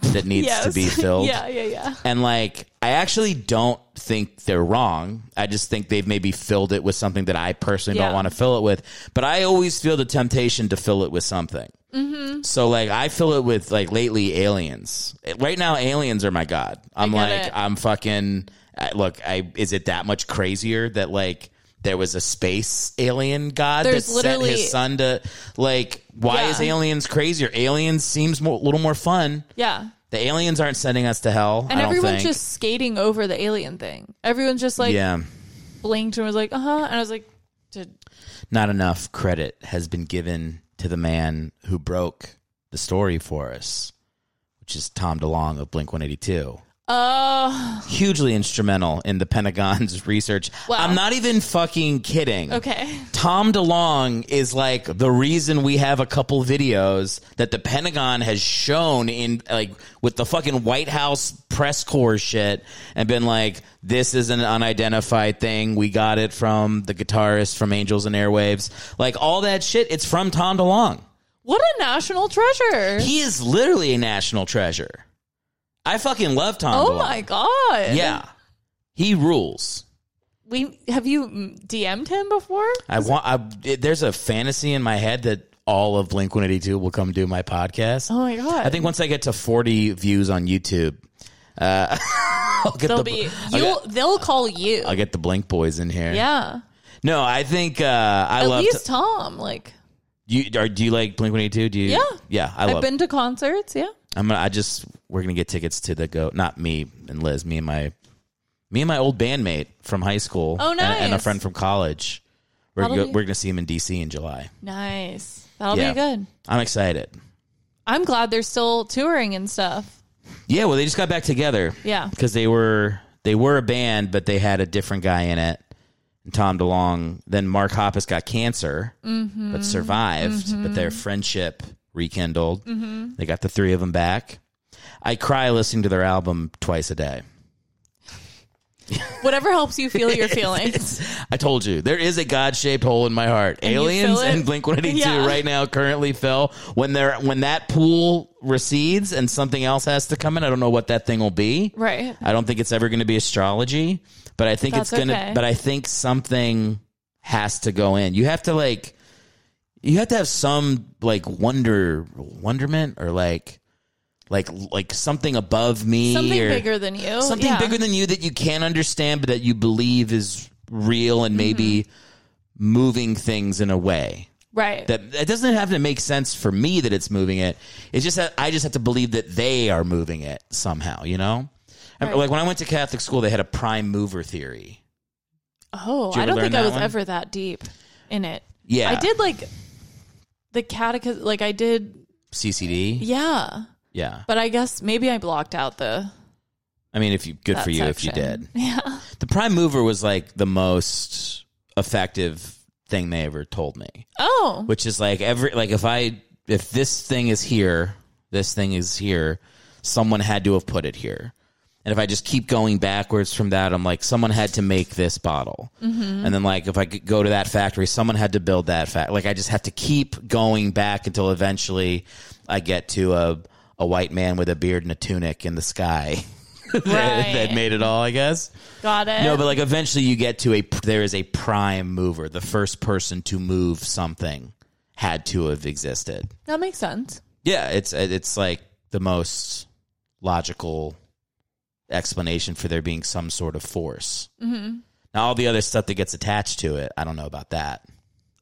[SPEAKER 1] that needs to be filled.
[SPEAKER 3] yeah. Yeah. Yeah.
[SPEAKER 1] And like I actually don't think they're wrong. I just think they've maybe filled it with something that I personally
[SPEAKER 3] Yeah.
[SPEAKER 1] don't want to fill it with. But I always feel the temptation to fill it with something. Mm-hmm. So like I fill it with like lately aliens. Right now aliens are my god. I'm
[SPEAKER 3] get
[SPEAKER 1] like
[SPEAKER 3] it.
[SPEAKER 1] I'm fucking I, look. I is it that much crazier that like there was a space alien god
[SPEAKER 3] There's
[SPEAKER 1] that
[SPEAKER 3] literally-
[SPEAKER 1] sent his son to like why
[SPEAKER 3] Yeah.
[SPEAKER 1] is aliens crazier? Aliens seems more, a little more fun.
[SPEAKER 3] Yeah.
[SPEAKER 1] The aliens aren't sending us to hell.
[SPEAKER 3] And
[SPEAKER 1] I don't
[SPEAKER 3] everyone's
[SPEAKER 1] think.
[SPEAKER 3] just skating over the alien thing. Everyone's just like
[SPEAKER 1] yeah,
[SPEAKER 3] blinked and was like, uh huh. And I was like, did
[SPEAKER 1] not enough credit has been given to the man who broke the story for us, which is Tom DeLong of Blink One Eighty Two.
[SPEAKER 3] Oh,
[SPEAKER 1] Hugely instrumental in the Pentagon's research.
[SPEAKER 3] Wow.
[SPEAKER 1] I'm not even fucking kidding.
[SPEAKER 3] okay.
[SPEAKER 1] Tom DeLong is like the reason we have a couple videos that the Pentagon has shown in like with the fucking White House press corps shit and been like, this is an unidentified thing. We got it from the guitarist from Angels and Airwaves. Like all that shit, it's from Tom DeLong.
[SPEAKER 3] What a national treasure.
[SPEAKER 1] He is literally a national treasure. I fucking love Tom
[SPEAKER 3] oh
[SPEAKER 1] DeLong.
[SPEAKER 3] my god.
[SPEAKER 1] Yeah. He rules.
[SPEAKER 3] We have you mm, DM'd him before?
[SPEAKER 1] I want. I, it- there's a fantasy in my head that all of Blink 182 will come do my podcast.
[SPEAKER 3] Oh my god.
[SPEAKER 1] I think once I get to 40 views on YouTube, uh, I'll get
[SPEAKER 3] they'll
[SPEAKER 1] the
[SPEAKER 3] be
[SPEAKER 1] I'll,
[SPEAKER 3] you'll
[SPEAKER 1] get,
[SPEAKER 3] they'll call you.
[SPEAKER 1] I'll get the Blink Boys in here.
[SPEAKER 3] yeah.
[SPEAKER 1] No, I think uh, I
[SPEAKER 3] At
[SPEAKER 1] love.
[SPEAKER 3] least Tom. Like
[SPEAKER 1] you are, do you like Blink 182? Do you?
[SPEAKER 3] Yeah.
[SPEAKER 1] Yeah, I
[SPEAKER 3] I've
[SPEAKER 1] love.
[SPEAKER 3] been to concerts, yeah.
[SPEAKER 1] I'm gonna, I just we're gonna get tickets to the go. Not me and Liz. Me and my me and my old bandmate from high school.
[SPEAKER 3] Oh,
[SPEAKER 1] and- and, a
[SPEAKER 3] nice.
[SPEAKER 1] friend from college. We're
[SPEAKER 3] That'll
[SPEAKER 1] go,
[SPEAKER 3] be-
[SPEAKER 1] we're gonna see him in DC in July.
[SPEAKER 3] Nice. That'll
[SPEAKER 1] Yeah.
[SPEAKER 3] be good.
[SPEAKER 1] I'm excited.
[SPEAKER 3] I'm glad they're still touring and stuff.
[SPEAKER 1] Yeah, well, they just got back together.
[SPEAKER 3] Yeah.
[SPEAKER 1] because they were they were a band, but they had a different guy in it. And Tom DeLong. Then Mark Hoppus got cancer,
[SPEAKER 3] Mm-hmm.
[SPEAKER 1] but survived. But their friendship rekindled.
[SPEAKER 3] Mm-hmm.
[SPEAKER 1] They got the three of them back. I cry listening to their album twice a day.
[SPEAKER 3] Whatever helps you feel your feelings.
[SPEAKER 1] I told you there is a God shaped hole in my heart.
[SPEAKER 3] you
[SPEAKER 1] Aliens
[SPEAKER 3] fill it?
[SPEAKER 1] and Blink One Eighty Two
[SPEAKER 3] Yeah.
[SPEAKER 1] right now currently fill when they're when that pool recedes and something else has to come in. I don't know what that thing will be.
[SPEAKER 3] right.
[SPEAKER 1] I don't think it's ever going to be astrology, but I think
[SPEAKER 3] That's
[SPEAKER 1] it's gonna.
[SPEAKER 3] okay.
[SPEAKER 1] But I think something has to go in. You have to like, you have to have some like wonder, wonderment, or like, like, like something above me,
[SPEAKER 3] Something
[SPEAKER 1] or
[SPEAKER 3] bigger than you.
[SPEAKER 1] something
[SPEAKER 3] yeah.
[SPEAKER 1] bigger than you that you can't understand, but that you believe is real
[SPEAKER 3] Mm-hmm.
[SPEAKER 1] and maybe moving things in a way
[SPEAKER 3] Right.
[SPEAKER 1] that it doesn't have to make sense for me that it's moving it. It's just that I just have to believe that they are moving it somehow, you know? I-
[SPEAKER 3] Right.
[SPEAKER 1] Like when I went to Catholic school, they had a prime mover theory.
[SPEAKER 3] Oh,
[SPEAKER 1] Did you
[SPEAKER 3] I
[SPEAKER 1] ever
[SPEAKER 3] don't
[SPEAKER 1] learn
[SPEAKER 3] think I
[SPEAKER 1] that
[SPEAKER 3] was
[SPEAKER 1] one?
[SPEAKER 3] ever that deep in it.
[SPEAKER 1] Yeah.
[SPEAKER 3] I did like the catechism, like I did,
[SPEAKER 1] CCD.
[SPEAKER 3] yeah.
[SPEAKER 1] Yeah.
[SPEAKER 3] But I guess maybe I blocked out the
[SPEAKER 1] I mean, if you, good
[SPEAKER 3] that
[SPEAKER 1] for you if you
[SPEAKER 3] section.
[SPEAKER 1] did.
[SPEAKER 3] Yeah.
[SPEAKER 1] The prime mover was like the most effective thing they ever told me,
[SPEAKER 3] Oh,
[SPEAKER 1] which is like every, like if I, if this thing is here, this thing is here, someone had to have put it here. And if I just keep going backwards from that, I'm like, someone had to make this bottle. And then, like, if I could go to that factory, someone had to build that factory. Like, I just have to keep going back until eventually I get to a, a white man with a beard and a tunic in the sky that, that
[SPEAKER 3] Right.
[SPEAKER 1] made it all, I guess.
[SPEAKER 3] got it.
[SPEAKER 1] No, but like, eventually you get to a, there is a prime mover. The first person to move something had to have existed.
[SPEAKER 3] that makes sense.
[SPEAKER 1] Yeah, it's it's like the most logical explanation for there being some sort of force. Mm-hmm. Now, all the other stuff that gets attached to it, I don't know about that.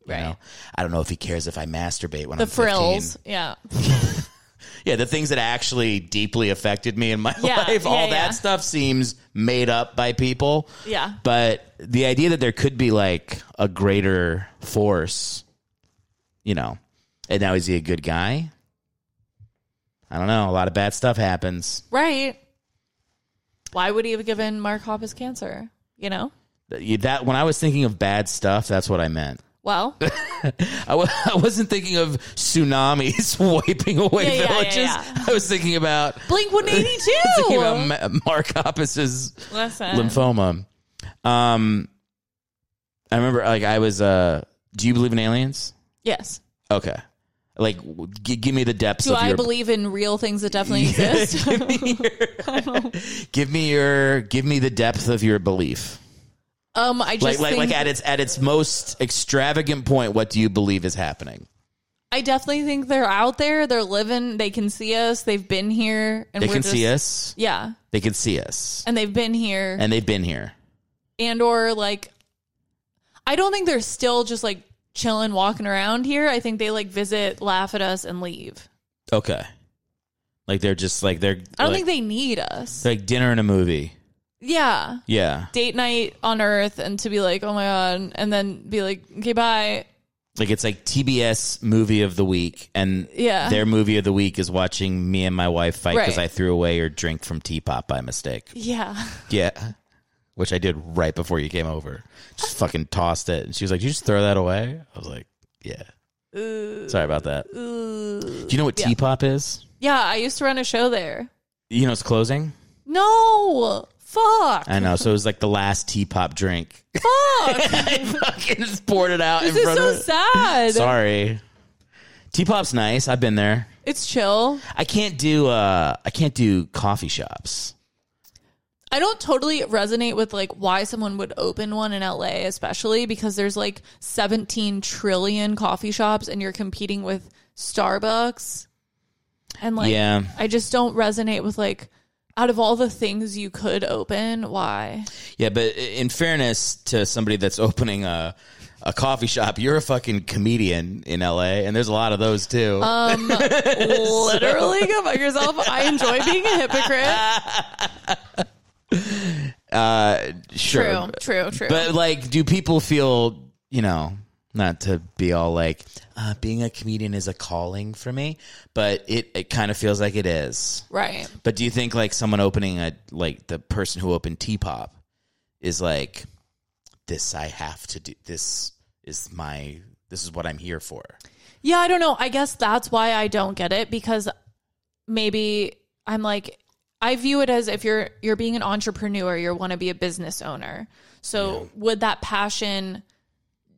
[SPEAKER 1] you
[SPEAKER 3] Right.
[SPEAKER 1] know? I don't know if he cares if I masturbate when
[SPEAKER 3] The
[SPEAKER 1] I'm 15.
[SPEAKER 3] frills. Yeah.
[SPEAKER 1] Yeah, the things that actually deeply affected me in my
[SPEAKER 3] Yeah,
[SPEAKER 1] life, all
[SPEAKER 3] yeah, yeah.
[SPEAKER 1] that stuff seems made up by people.
[SPEAKER 3] Yeah.
[SPEAKER 1] But the idea that there could be like a greater force, you know, and now is he a good guy? I don't know. A lot of bad stuff happens.
[SPEAKER 3] Right. Why would he have given Mark Hoppus cancer? You know?
[SPEAKER 1] You- That when I was thinking of bad stuff, that's what I meant.
[SPEAKER 3] Well,
[SPEAKER 1] I w- I wasn't thinking of tsunamis wiping away
[SPEAKER 3] Yeah, yeah, yeah,
[SPEAKER 1] villages.
[SPEAKER 3] yeah.
[SPEAKER 1] I was thinking about
[SPEAKER 3] Blink
[SPEAKER 1] thinking
[SPEAKER 3] 182.
[SPEAKER 1] about Ma- Mark Hoppus's
[SPEAKER 3] Listen.
[SPEAKER 1] lymphoma. Um, I remember like I was. Uh, do you believe in aliens?
[SPEAKER 3] yes.
[SPEAKER 1] Okay, like w- g- give me the depths
[SPEAKER 3] Do
[SPEAKER 1] of
[SPEAKER 3] I
[SPEAKER 1] your.
[SPEAKER 3] believe in real things that definitely exist?
[SPEAKER 1] give me your. give me your. Give me the depth of your belief.
[SPEAKER 3] um, I
[SPEAKER 1] Like
[SPEAKER 3] just
[SPEAKER 1] like
[SPEAKER 3] think
[SPEAKER 1] like at its at its most extravagant point, what do you believe is happening?
[SPEAKER 3] I definitely think they're out there. They're living. They can see us. They've been here. And
[SPEAKER 1] They
[SPEAKER 3] we're
[SPEAKER 1] can
[SPEAKER 3] just,
[SPEAKER 1] see us.
[SPEAKER 3] Yeah,
[SPEAKER 1] They can see us,
[SPEAKER 3] and they've been here. And,
[SPEAKER 1] and they've been here.
[SPEAKER 3] or like, I don't think they're still just like chilling, walking around here. I think they like visit, laugh at us, and leave.
[SPEAKER 1] Okay, like they're just like they're.
[SPEAKER 3] I don't
[SPEAKER 1] like,
[SPEAKER 3] think they need us.
[SPEAKER 1] like dinner and a movie.
[SPEAKER 3] Yeah,
[SPEAKER 1] Yeah.
[SPEAKER 3] date night on Earth, and to be like, oh my god, and then be like, okay, bye.
[SPEAKER 1] Like it's like TBS movie of the week, and
[SPEAKER 3] Yeah.
[SPEAKER 1] their movie of the week is watching me and my wife fight because
[SPEAKER 3] Right.
[SPEAKER 1] I threw away your drink from Teapot by mistake.
[SPEAKER 3] Yeah.
[SPEAKER 1] Yeah, which I did right before you came over. Just fucking tossed it, and she was like, "Did you just throw that away?" I was like, "Yeah." Sorry about that. Do you know what Teapot is?
[SPEAKER 3] Yeah, I used to run a show there.
[SPEAKER 1] You know it's closing.
[SPEAKER 3] No. Fuck.
[SPEAKER 1] I know. So it was like the last Teapot drink.
[SPEAKER 3] Fuck.
[SPEAKER 1] I fucking just poured it out
[SPEAKER 3] this
[SPEAKER 1] in
[SPEAKER 3] is
[SPEAKER 1] front
[SPEAKER 3] so
[SPEAKER 1] of.
[SPEAKER 3] sad.
[SPEAKER 1] Sorry. Teapot's nice. I've been there.
[SPEAKER 3] It's chill.
[SPEAKER 1] I can't do uh I can't do coffee shops.
[SPEAKER 3] I don't totally resonate with like why someone would open one in LA, especially because there's like 17 trillion coffee shops and you're competing with Starbucks. And like,
[SPEAKER 1] Yeah.
[SPEAKER 3] I just don't resonate with like, out of all the things you could open, why?
[SPEAKER 1] Yeah, but i- in fairness to somebody that's opening a a coffee shop, you're a fucking comedian in LA and there's a lot of those too.
[SPEAKER 3] Uh, Literally, go fuck yourself. I enjoy being a hypocrite.
[SPEAKER 1] sure.
[SPEAKER 3] true, true.
[SPEAKER 1] But like do people feel, you know, not to be all like uh, being a comedian is a calling for me, but it it kind of feels like it is.
[SPEAKER 3] right.
[SPEAKER 1] But do you think like someone opening a like the person who opened T-pop is like this I have to do this is my this is what I'm here for.
[SPEAKER 3] Yeah, I don't know. I guess that's why I don't get it because maybe I'm like I view it as if you're you're being an entrepreneur, you want to be a business owner. So would that passion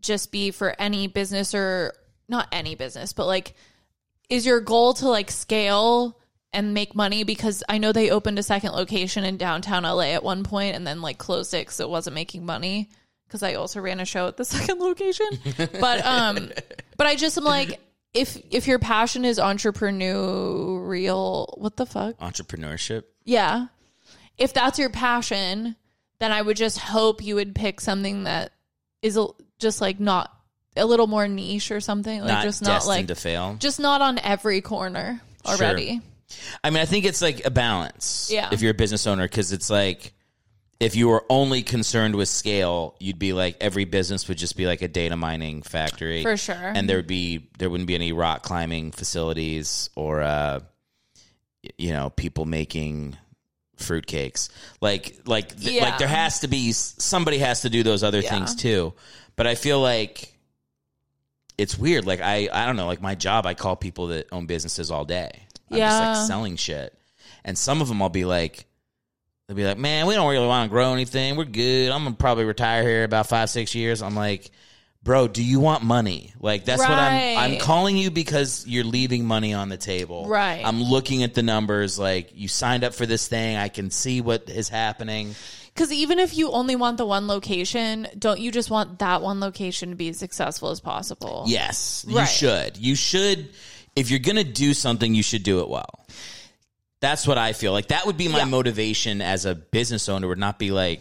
[SPEAKER 3] just be for any business or not any business, but like is your goal to like scale and make money because I know they opened a second location in downtown LA at one point and then like closed it cuz it wasn't making money cuz I also ran a show at the second location. But um but I just am like if if your passion is entrepreneurial, what the fuck?
[SPEAKER 1] Entrepreneurship.
[SPEAKER 3] Yeah. If that's your passion, then I would just hope you would pick something that is a, just like not a little more niche or something, like
[SPEAKER 1] Not
[SPEAKER 3] just not
[SPEAKER 1] destined
[SPEAKER 3] like
[SPEAKER 1] to fail.
[SPEAKER 3] just not on every corner already.
[SPEAKER 1] I mean, I think it's like a balance.
[SPEAKER 3] Yeah.
[SPEAKER 1] If you're a business owner, because it's like if you were only concerned with scale, you'd be like every business would just be like a data mining factory
[SPEAKER 3] For sure.
[SPEAKER 1] and there would be there wouldn't be any rock climbing facilities or uh, y- you know people making fruitcakes. Like like th-
[SPEAKER 3] Yeah.
[SPEAKER 1] like there has to be s- somebody has to do those other things too. But I feel like it's weird. Like I, I don't know. Like my job, I call people that own businesses all day. I'm just
[SPEAKER 3] Yeah.
[SPEAKER 1] like selling shit, and some of them I'll be like, they'll be like, "Man, we don't really want to grow anything. We're good. I'm gonna probably retire here in about five, six years." I'm like, "Bro, do you want money? Like that's what I'm. I'm
[SPEAKER 3] Right.
[SPEAKER 1] calling you because you're leaving money on the table.
[SPEAKER 3] Right.
[SPEAKER 1] I'm looking at the numbers. Like you signed up for this thing. I can see what is happening.
[SPEAKER 3] Because even if you only want the one location, don't you just want that one location to be as successful as possible?
[SPEAKER 1] Yes, you
[SPEAKER 3] Right.
[SPEAKER 1] should. You should. If you're gonna do something, you should do it well. That's what I feel like. That would be my motivation as a business owner. Would not be like,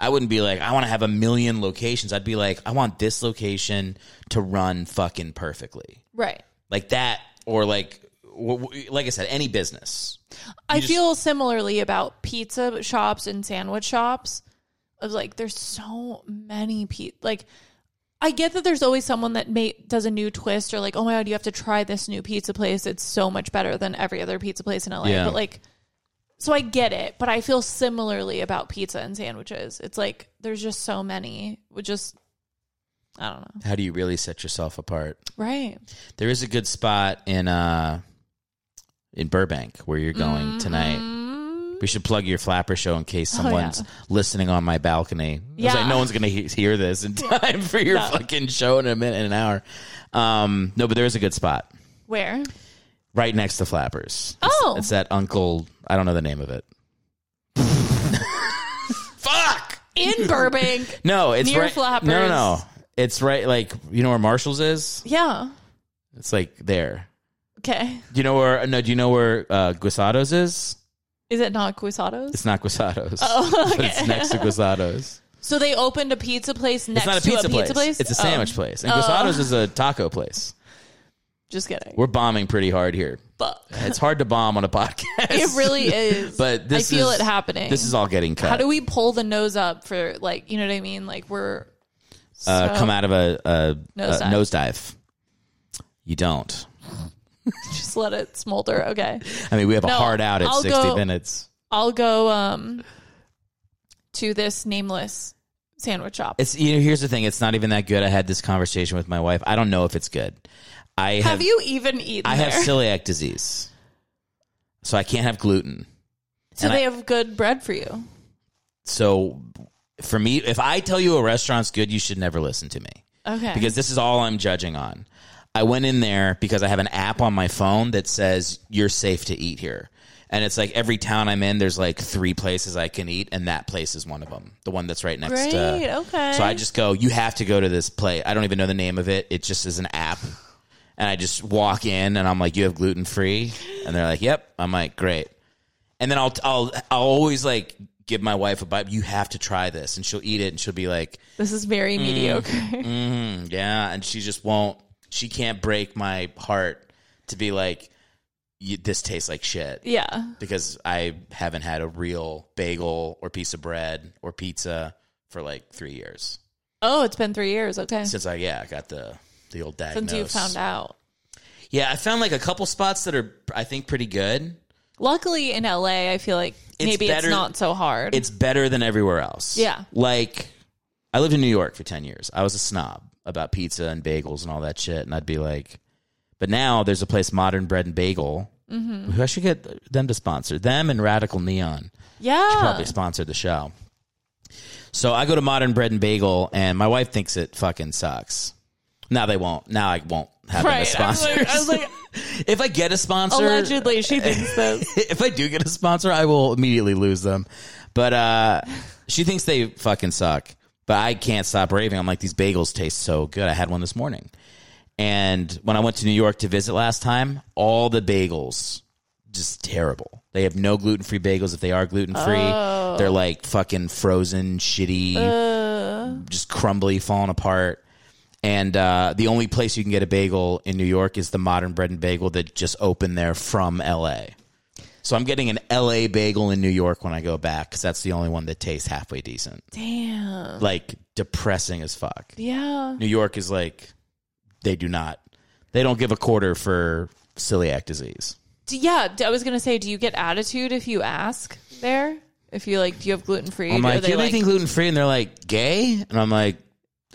[SPEAKER 1] I wouldn't be like, I want to have a million locations. I'd be like, I want this location to run fucking perfectly,
[SPEAKER 3] Right.
[SPEAKER 1] like that, or like, w- w- like I said, any business.
[SPEAKER 3] I feel similarly about pizza shops and sandwich shops. Of like, there's so many pe Like, I get that there's always someone that may, does a new twist or like, oh my god, you have to try this new pizza place. It's so much better than every other pizza place in LA.
[SPEAKER 1] Yeah.
[SPEAKER 3] But like, so I get it. But I feel similarly about pizza and sandwiches. It's like there's just so many. With just, I don't know.
[SPEAKER 1] How do you really set yourself apart?
[SPEAKER 3] Right.
[SPEAKER 1] There is a good spot in uh in Burbank where you're going
[SPEAKER 3] Mm-hmm.
[SPEAKER 1] tonight. We should plug your flapper show in case someone's listening on my balcony. It's
[SPEAKER 3] Oh, Yeah.
[SPEAKER 1] like no one's gonna he- hear this in time for your fucking show in a minute, in an hour. Um, no, but there is a good spot
[SPEAKER 3] Where?
[SPEAKER 1] right next to Flappers. It's-
[SPEAKER 3] Oh.
[SPEAKER 1] it's that Uncle. I don't know the name of it. Fuck.
[SPEAKER 3] In Burbank.
[SPEAKER 1] No, it's
[SPEAKER 3] Near
[SPEAKER 1] right.
[SPEAKER 3] Flappers.
[SPEAKER 1] No, no, no. It's right. Like you know where Marshalls is.
[SPEAKER 3] yeah.
[SPEAKER 1] It's like there.
[SPEAKER 3] Okay.
[SPEAKER 1] Do you know where? No, do you know where uh, Guisados is?
[SPEAKER 3] Is it not Guisados?
[SPEAKER 1] It's not Guisados. Oh, but it's next to Guisados.
[SPEAKER 3] So they opened a pizza place next
[SPEAKER 1] It's not a
[SPEAKER 3] to
[SPEAKER 1] pizza,
[SPEAKER 3] a
[SPEAKER 1] place.
[SPEAKER 3] pizza place.
[SPEAKER 1] It's a
[SPEAKER 3] Oh,
[SPEAKER 1] sandwich place, and Guisados is a taco place.
[SPEAKER 3] just kidding.
[SPEAKER 1] We're bombing pretty hard here.
[SPEAKER 3] Fuck.
[SPEAKER 1] It's hard to bomb on a podcast.
[SPEAKER 3] It really is.
[SPEAKER 1] But this
[SPEAKER 3] I feel
[SPEAKER 1] is-
[SPEAKER 3] it happening.
[SPEAKER 1] This is all getting cut.
[SPEAKER 3] How do we pull the nose up for like you know what I mean? Like we're
[SPEAKER 1] uh,
[SPEAKER 3] So-
[SPEAKER 1] come out of a, a, a
[SPEAKER 3] Nosedive.
[SPEAKER 1] nosedive. You don't.
[SPEAKER 3] Just let it smolder. Okay.
[SPEAKER 1] I mean, we have a
[SPEAKER 3] No,
[SPEAKER 1] hard out at
[SPEAKER 3] I'll
[SPEAKER 1] 60
[SPEAKER 3] go-
[SPEAKER 1] minutes.
[SPEAKER 3] I'll go um to this nameless sandwich shop.
[SPEAKER 1] It's you know, here's the thing. It's not even that good. I had this conversation with my wife. I don't know if it's good. I have,
[SPEAKER 3] have you even eaten
[SPEAKER 1] I
[SPEAKER 3] there?
[SPEAKER 1] have celiac disease, so I can't have gluten.
[SPEAKER 3] so
[SPEAKER 1] and
[SPEAKER 3] they have good bread for you.
[SPEAKER 1] So for me, if I tell you a restaurant's good, you should never listen to me.
[SPEAKER 3] Okay.
[SPEAKER 1] because this is all I'm judging on. I went in there because I have an app on my phone that says you're safe to eat here. And it's like every town I'm in, there's like three places I can eat, and that place is one of them. The one that's right next
[SPEAKER 3] Great.
[SPEAKER 1] to.
[SPEAKER 3] okay.
[SPEAKER 1] So I just go, you have to go to this place. I don't even know the name of it. It just is an app. And I just walk in and I'm like, you have gluten free? And they're like, yep. I'm like, great. And then I'll, I'll, I'll always like give my wife a bite. You have to try this. And she'll eat it and she'll be like,
[SPEAKER 3] this is very
[SPEAKER 1] Mm,
[SPEAKER 3] mediocre.
[SPEAKER 1] Mm-hmm. yeah, and she just won't. She can't break my heart to be like, "You- this tastes like shit
[SPEAKER 3] yeah.
[SPEAKER 1] because I haven't had a real bagel or piece of bread or pizza for like three years
[SPEAKER 3] Oh, it's been three years. Okay.
[SPEAKER 1] since I yeah I got the the old diagnosis.
[SPEAKER 3] Since you found out.
[SPEAKER 1] yeah, I found like a couple spots that are I think pretty good.
[SPEAKER 3] Luckily in LA, I feel like
[SPEAKER 1] It's
[SPEAKER 3] maybe
[SPEAKER 1] better-
[SPEAKER 3] it's not so hard.
[SPEAKER 1] It's better than everywhere else.
[SPEAKER 3] Yeah.
[SPEAKER 1] like I lived in New York for ten years. I was a snob about pizza and bagels and all that shit, and I'd be like, but now there's a place, Modern Bread and Bagel. Mm-hmm. I should get them to sponsor them and Radical Neon
[SPEAKER 3] yeah.
[SPEAKER 1] probably sponsored the show. So I go to Modern Bread and Bagel, and my wife thinks it fucking sucks. Now they won't. Now I won't have them as
[SPEAKER 3] right. I was,
[SPEAKER 1] sponsors.
[SPEAKER 3] like, I was like,
[SPEAKER 1] if I get a sponsor,
[SPEAKER 3] allegedly she thinks this.
[SPEAKER 1] if I do get a sponsor, I will immediately lose them. But uh, she thinks they fucking suck. But I can't stop raving. I'm like, these bagels taste so good. I had one this morning. And when I went to New York to visit last time, all the bagels just terrible. They have no gluten free bagels. If they are gluten free, they're like fucking frozen, shitty, just crumbly, falling apart. And uh, the only place you can get a bagel in New York is the Modern Bread and Bagel that just opened there from LA. So I'm getting an LA bagel in New York when I go back because that's the only one that tastes halfway decent.
[SPEAKER 3] Damn.
[SPEAKER 1] Like depressing as fuck.
[SPEAKER 3] Yeah.
[SPEAKER 1] New York is like, they do not, they don't give a quarter for celiac disease.
[SPEAKER 3] D- Yeah, d- I was gonna say, do you get attitude if you ask there? If you like, do you have gluten free?
[SPEAKER 1] I'm like, do you have anything gluten free? And they're like, gay? And I'm like,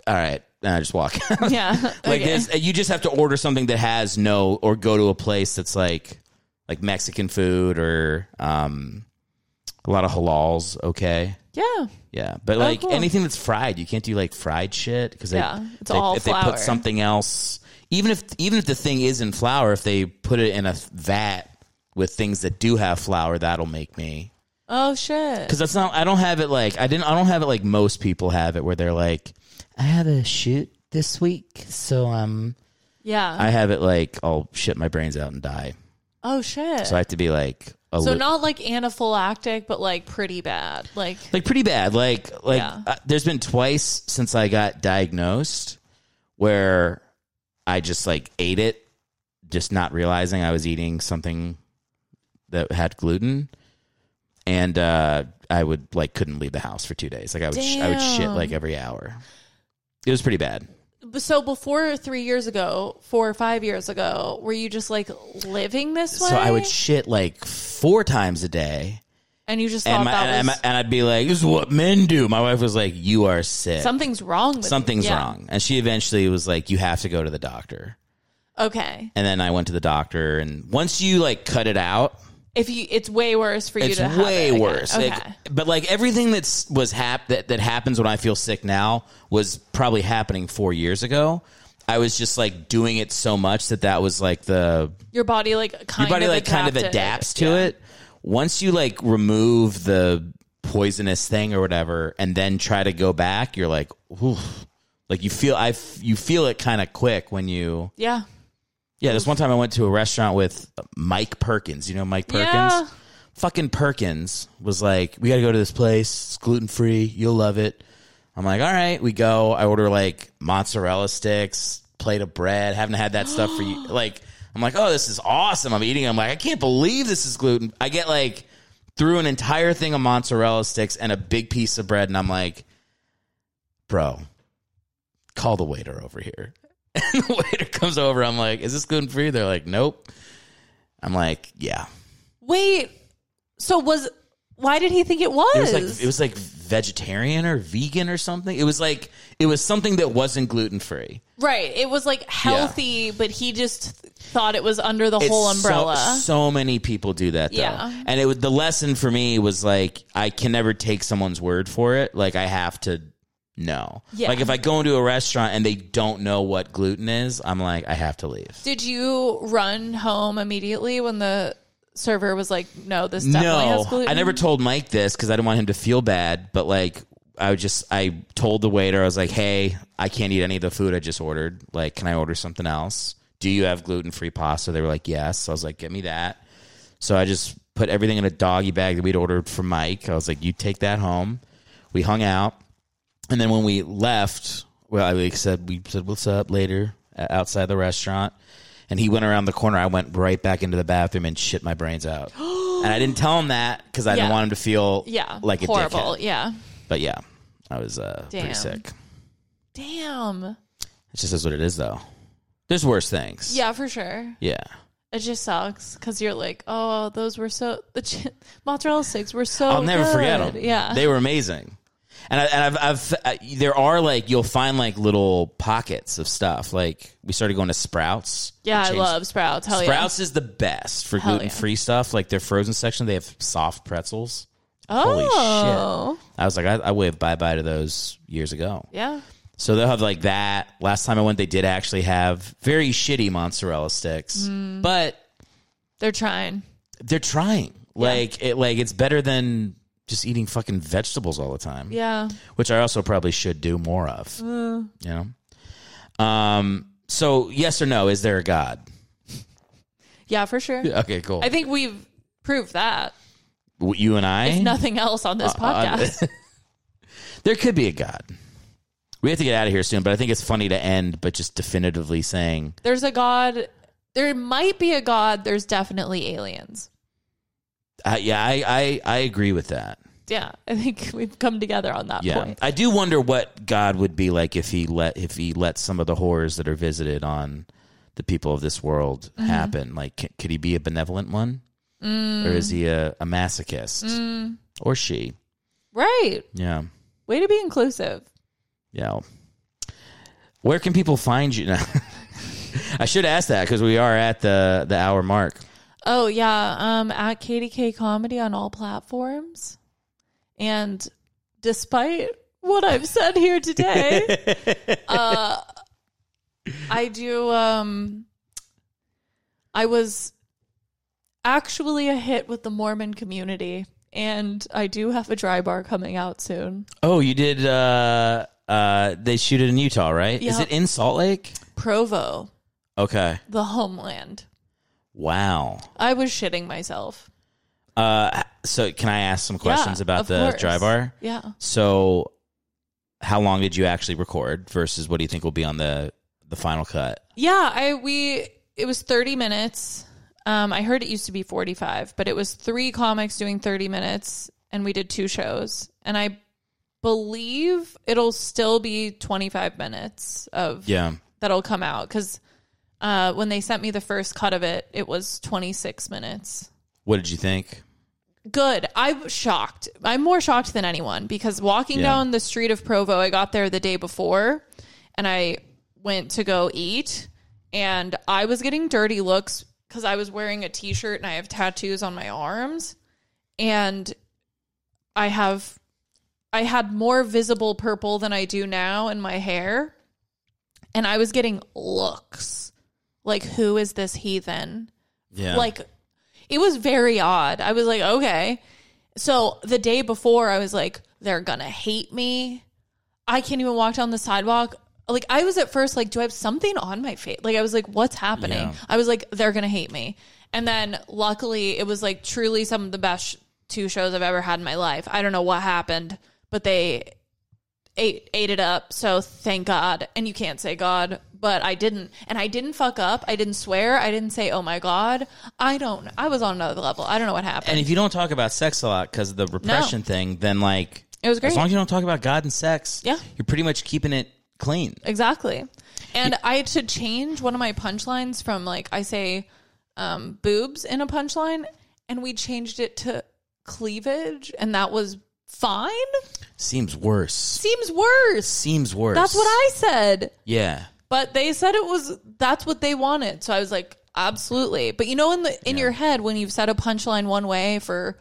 [SPEAKER 1] all right. And I just walk out.
[SPEAKER 3] Yeah,
[SPEAKER 1] like
[SPEAKER 3] okay.
[SPEAKER 1] this, you just have to order something that has no, or go to a place that's like, like Mexican food or um, a lot of halals. Okay.
[SPEAKER 3] Yeah,
[SPEAKER 1] Yeah, but like
[SPEAKER 3] Oh, cool.
[SPEAKER 1] anything that's fried, you can't do like fried shit because they,
[SPEAKER 3] Yeah, it's
[SPEAKER 1] they-
[SPEAKER 3] all
[SPEAKER 1] if they
[SPEAKER 3] flour.
[SPEAKER 1] put something else, even if even if the thing is in flour, if they put it in a vat with things that do have flour, that'll make me
[SPEAKER 3] Oh shit.
[SPEAKER 1] because that's not. I don't have it like I didn't. I don't have it like most people have it where they're like, I have a shoot this week, so um,
[SPEAKER 3] Yeah.
[SPEAKER 1] I have it like I'll shit my brains out and die,
[SPEAKER 3] oh shit.
[SPEAKER 1] so I have to be like a
[SPEAKER 3] so
[SPEAKER 1] li-
[SPEAKER 3] not like anaphylactic, but like pretty bad. Like
[SPEAKER 1] like pretty bad. Like like
[SPEAKER 3] Yeah.
[SPEAKER 1] uh, there's been twice since I got diagnosed where I just like ate it, just not realizing I was eating something that had gluten, and uh, I would like couldn't leave the house for two days. Like I would sh- I would shit
[SPEAKER 3] Damn.
[SPEAKER 1] like every hour. It was pretty bad.
[SPEAKER 3] so before three years ago, four or five years ago, were you just like living this way?
[SPEAKER 1] So I would shit like four times a day,
[SPEAKER 3] and you just thought
[SPEAKER 1] and, my,
[SPEAKER 3] that
[SPEAKER 1] and,
[SPEAKER 3] was
[SPEAKER 1] and I'd be like, "This is what men do." My wife was like, "You are sick."
[SPEAKER 3] something's wrong. with
[SPEAKER 1] something's
[SPEAKER 3] yeah.
[SPEAKER 1] wrong. And she eventually was like, you have to go to the doctor.
[SPEAKER 3] Okay,
[SPEAKER 1] And then I went to the doctor. And once you like cut it out,
[SPEAKER 3] if you, it's way worse for you
[SPEAKER 1] it's
[SPEAKER 3] to have
[SPEAKER 1] way
[SPEAKER 3] it again.
[SPEAKER 1] worse.
[SPEAKER 3] Okay,
[SPEAKER 1] Like, but like everything that's was hap- that, that happens when I feel sick now was probably happening four years ago. I was just like doing it so much that that was like the
[SPEAKER 3] your body like kind
[SPEAKER 1] your body
[SPEAKER 3] of
[SPEAKER 1] like kind of
[SPEAKER 3] adapted.
[SPEAKER 1] adapts to it. Once you like remove the poisonous thing or whatever, and then try to go back, you're like, oof. Like you feel, I f- you feel it kind of quick when you.
[SPEAKER 3] Yeah,
[SPEAKER 1] Yeah, this one time I went to a restaurant with Mike Perkins. You know Mike Perkins.
[SPEAKER 3] Yeah.
[SPEAKER 1] Fucking Perkins was like, "We got to go to this place. It's gluten free. You'll love it." I'm like, "All right." We go. I order like mozzarella sticks, plate of bread. Haven't had that stuff for you. Like, I'm like, "Oh, this is awesome." I'm eating. it. I'm like, "I can't believe this is gluten." I get like through an entire thing of mozzarella sticks and a big piece of bread, and I'm like, "Bro, call the waiter over here. And the waiter comes over. I'm like, is this gluten free? They're like, nope. I'm like, yeah.
[SPEAKER 3] Wait. So was why did he think it was?
[SPEAKER 1] It was like it was like vegetarian or vegan or something. It was like it was something that wasn't gluten free.
[SPEAKER 3] right. It was like healthy, but he just th- thought it was under the whole
[SPEAKER 1] It's so-
[SPEAKER 3] umbrella.
[SPEAKER 1] So, many people do that, though.
[SPEAKER 3] Yeah.
[SPEAKER 1] And it was the lesson for me was like I can never take someone's word for it. Like I have to know.
[SPEAKER 3] Yeah.
[SPEAKER 1] Like if I go into a restaurant and they don't know what gluten is, I'm like I have to leave.
[SPEAKER 3] Did you run home immediately when the server was like, "No, this definitely has gluten"?
[SPEAKER 1] I never told Mike this because I didn't want him to feel bad. But like, I would just I told the waiter I was like, "Hey, I can't eat any of the food I just ordered. Like, can I order something else? Do you have gluten free pasta?" They were like, "Yes." So I was like, "Get me that." So I just put everything in a doggy bag that we'd ordered for Mike. I was like, "You take that home." We hung out, and then when we left, well, I we said we said what's up later uh, outside the restaurant. And he went around the corner. I went right back into the bathroom and shit my brains out. and I didn't tell him that because I
[SPEAKER 3] Yeah.
[SPEAKER 1] didn't want him to feel
[SPEAKER 3] Yeah,
[SPEAKER 1] like a
[SPEAKER 3] horrible.
[SPEAKER 1] dickhead.
[SPEAKER 3] Yeah,
[SPEAKER 1] But yeah, I was uh, pretty
[SPEAKER 3] Damn.
[SPEAKER 1] sick.
[SPEAKER 3] damn.
[SPEAKER 1] It just is what it is, though. There's worse things.
[SPEAKER 3] Yeah, for sure.
[SPEAKER 1] Yeah.
[SPEAKER 3] It just sucks because you're like, "Oh, those were so the ch- mozzarella sticks were so."
[SPEAKER 1] I'll never forget 'em.
[SPEAKER 3] Oh, good."
[SPEAKER 1] forget them.
[SPEAKER 3] Yeah,
[SPEAKER 1] they were amazing. And I, and I've, I've I, there are like you'll find like little pockets of stuff. Like we started going to Sprouts.
[SPEAKER 3] yeah.
[SPEAKER 1] We
[SPEAKER 3] I
[SPEAKER 1] changed-
[SPEAKER 3] love sprouts. Hell
[SPEAKER 1] Sprouts is the best for
[SPEAKER 3] Oh, Hell yeah.
[SPEAKER 1] gluten free stuff. Like their frozen section, they have soft pretzels.
[SPEAKER 3] yeah. Oh,
[SPEAKER 1] Holy I was like, I, I waved bye bye to those years ago.
[SPEAKER 3] yeah.
[SPEAKER 1] So they'll have like that. Last time I went, they did actually have very shitty mozzarella sticks,
[SPEAKER 3] Hmm.
[SPEAKER 1] but
[SPEAKER 3] They're trying.
[SPEAKER 1] they're trying. Like it, like it's better than just eating fucking vegetables all the time,
[SPEAKER 3] Yeah. Uh.
[SPEAKER 1] which I also probably should do more of. You know. Um. So yes or no? Is there a God?
[SPEAKER 3] Yeah, for sure.
[SPEAKER 1] Okay, cool.
[SPEAKER 3] I think we've proved that.
[SPEAKER 1] W- you and Uh, I.
[SPEAKER 3] Nothing else on this podcast.
[SPEAKER 1] There could be a God. We have to get out of here soon, but I think it's funny to end, but just definitively saying
[SPEAKER 3] There's a god. There might be a god. There's definitely aliens.
[SPEAKER 1] Uh, yeah, I, I I agree with that.
[SPEAKER 3] Yeah, I think we've come together on that
[SPEAKER 1] Yeah,
[SPEAKER 3] point.
[SPEAKER 1] I do wonder what God would be like if he let if he let some of the horrors that are visited on the people of this world happen. Like, c- could he be a benevolent one, or is he a, a masochist, or she?
[SPEAKER 3] Right.
[SPEAKER 1] Yeah,
[SPEAKER 3] Way to be inclusive.
[SPEAKER 1] yeah. Where can people find you? now? I should ask that because we are at the the hour mark.
[SPEAKER 3] Oh yeah, um, at KDK Comedy on all platforms, and despite what I've said here today, uh, I do. Um, I was actually a hit with the Mormon community, and I do have a dry bar coming out soon.
[SPEAKER 1] Oh, you did. uh uh They shoot it in Utah, right? Is
[SPEAKER 3] Yeah.
[SPEAKER 1] it in Salt Lake?
[SPEAKER 3] Provo,
[SPEAKER 1] Okay.
[SPEAKER 3] the homeland.
[SPEAKER 1] Wow.
[SPEAKER 3] I was shitting myself.
[SPEAKER 1] Uh, so can I ask some questions
[SPEAKER 3] Yeah,
[SPEAKER 1] about
[SPEAKER 3] of
[SPEAKER 1] the
[SPEAKER 3] course.
[SPEAKER 1] dry bar?
[SPEAKER 3] Yeah.
[SPEAKER 1] So, how long did you actually record versus what do you think will be on the the final cut?
[SPEAKER 3] Yeah, I we it was 30 minutes. Um I heard it used to be 45, but it was 3 comics doing 30 minutes and we did two shows. And I believe it'll still be 25 minutes of
[SPEAKER 1] Yeah.
[SPEAKER 3] that'll come out cuz uh when they sent me the first cut of it, it was 26 minutes.
[SPEAKER 1] What did you think?
[SPEAKER 3] Good. I'm shocked. I'm more shocked than anyone because walking
[SPEAKER 1] Yeah.
[SPEAKER 3] down the street of Provo, I got there the day before and I went to go eat and I was getting dirty looks because I was wearing a t shirt and I have tattoos on my arms and I have I had more visible purple than I do now in my hair. And I was getting looks. Like, who is this heathen?
[SPEAKER 1] Yeah.
[SPEAKER 3] like it was very odd i was like okay so the day before i was like they're gonna hate me i can't even walk down the sidewalk like i was at first like do i have something on my face like i was like what's happening
[SPEAKER 1] Yeah.
[SPEAKER 3] i was like they're gonna hate me and then luckily it was like truly some of the best sh- two shows i've ever had in my life i don't know what happened but they ate ate it up. So thank God. And you can't say God, but I didn't. And I didn't fuck up. I didn't swear. I didn't say, "Oh my God." I don't. I was on another level. I don't know what happened.
[SPEAKER 1] and if you don't talk about sex a lot because of the repression thing, then like
[SPEAKER 3] It was great.
[SPEAKER 1] As long as you don't talk about God and sex,
[SPEAKER 3] Yeah.
[SPEAKER 1] you're pretty much keeping it clean.
[SPEAKER 3] Exactly. And I had to change one of my punchlines from like I say um, boobs in a punchline, and we changed it to cleavage, and that was fine.
[SPEAKER 1] Seems worse.
[SPEAKER 3] Seems worse.
[SPEAKER 1] Seems worse.
[SPEAKER 3] That's what I said.
[SPEAKER 1] Yeah.
[SPEAKER 3] But they said it was that's what they wanted. So I was like, absolutely. But you know, in the in your head when you've said a punchline one way for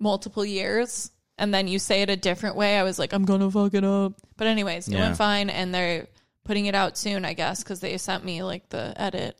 [SPEAKER 3] multiple years and then you say it a different way, I was like, I'm gonna fuck it up. But anyways, it
[SPEAKER 1] Yeah.
[SPEAKER 3] went fine, and they're putting it out soon, I guess, because they sent me like the edit.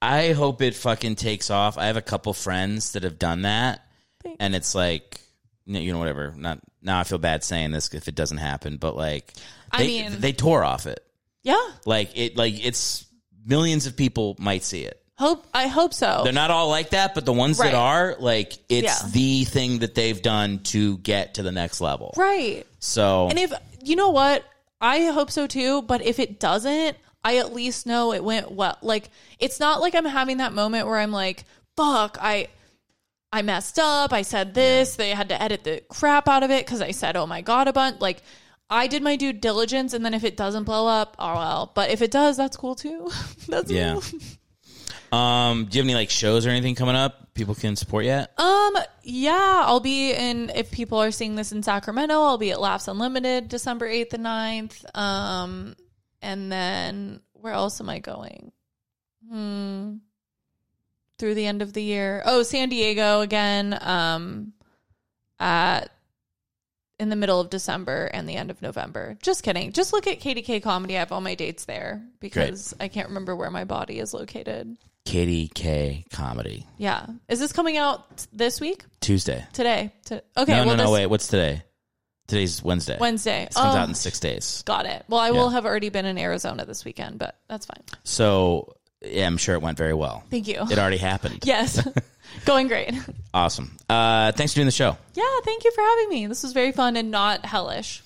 [SPEAKER 1] I hope it fucking takes off. I have a couple friends that have done that,
[SPEAKER 3] Thanks.
[SPEAKER 1] and it's like, n- you know, whatever. Not now. I feel bad saying this if it doesn't happen, but like,
[SPEAKER 3] I
[SPEAKER 1] they,
[SPEAKER 3] mean-
[SPEAKER 1] they tore off it.
[SPEAKER 3] Yeah,
[SPEAKER 1] Like it. Like it's millions of people might see it.
[SPEAKER 3] hope I hope so.
[SPEAKER 1] They're not all like that, but the ones
[SPEAKER 3] Right.
[SPEAKER 1] that are, like, it's
[SPEAKER 3] Yeah.
[SPEAKER 1] the thing that they've done to get to the next level.
[SPEAKER 3] right.
[SPEAKER 1] So
[SPEAKER 3] And if you know what, I hope so too. But if it doesn't, I at least know it went well. Like it's not like I'm having that moment where I'm like, "Fuck, I, I messed up. I said this. They had to edit the crap out of it because I said, oh my god, a bunch." Like I did my due diligence, and then if it doesn't blow up, oh well. But if it does, that's cool too. that's
[SPEAKER 1] Yeah.
[SPEAKER 3] cool.
[SPEAKER 1] Um, do you have any like shows or anything coming up people can support yet?
[SPEAKER 3] Um, yeah, I'll be in if people are seeing this in Sacramento, I'll be at Laughs Unlimited December 8th and 9th. Um, and then where else am I going? Hmm. Through the end of the year. Oh, San Diego again. Um, at in the middle of December and the end of November. Just kidding. Just look at KDK Comedy. I have all my dates there because I can't remember where my body is located.
[SPEAKER 1] Katie K comedy
[SPEAKER 3] Yeah. Is this coming out this week?
[SPEAKER 1] Tuesday.
[SPEAKER 3] Today. To, okay.
[SPEAKER 1] no,
[SPEAKER 3] well,
[SPEAKER 1] no, no.
[SPEAKER 3] this
[SPEAKER 1] Wait, what's today? Today's Wednesday.
[SPEAKER 3] Wednesday.
[SPEAKER 1] This comes
[SPEAKER 3] Oh,
[SPEAKER 1] out in six days.
[SPEAKER 3] got it. Well, I will
[SPEAKER 1] Yeah.
[SPEAKER 3] have already been in Arizona this weekend, but that's fine.
[SPEAKER 1] So yeah, I'm sure it went very well.
[SPEAKER 3] Thank you.
[SPEAKER 1] It already happened.
[SPEAKER 3] yes. Going great.
[SPEAKER 1] Awesome. Uh, thanks for doing the show.
[SPEAKER 3] Yeah. Thank you for having me. This was very fun and not hellish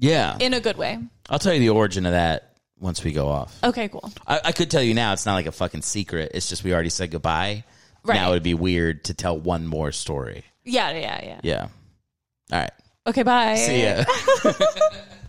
[SPEAKER 1] Yeah,
[SPEAKER 3] in a good way.
[SPEAKER 1] I'll tell you the origin of that once we go off.
[SPEAKER 3] Okay. Cool.
[SPEAKER 1] I, I could tell you now. It's not like a fucking secret. It's just we already said goodbye.
[SPEAKER 3] Right.
[SPEAKER 1] Now it'd be weird to tell one more story.
[SPEAKER 3] Yeah. Yeah. Yeah.
[SPEAKER 1] Yeah. All right.
[SPEAKER 3] Okay. Bye.
[SPEAKER 1] See ya.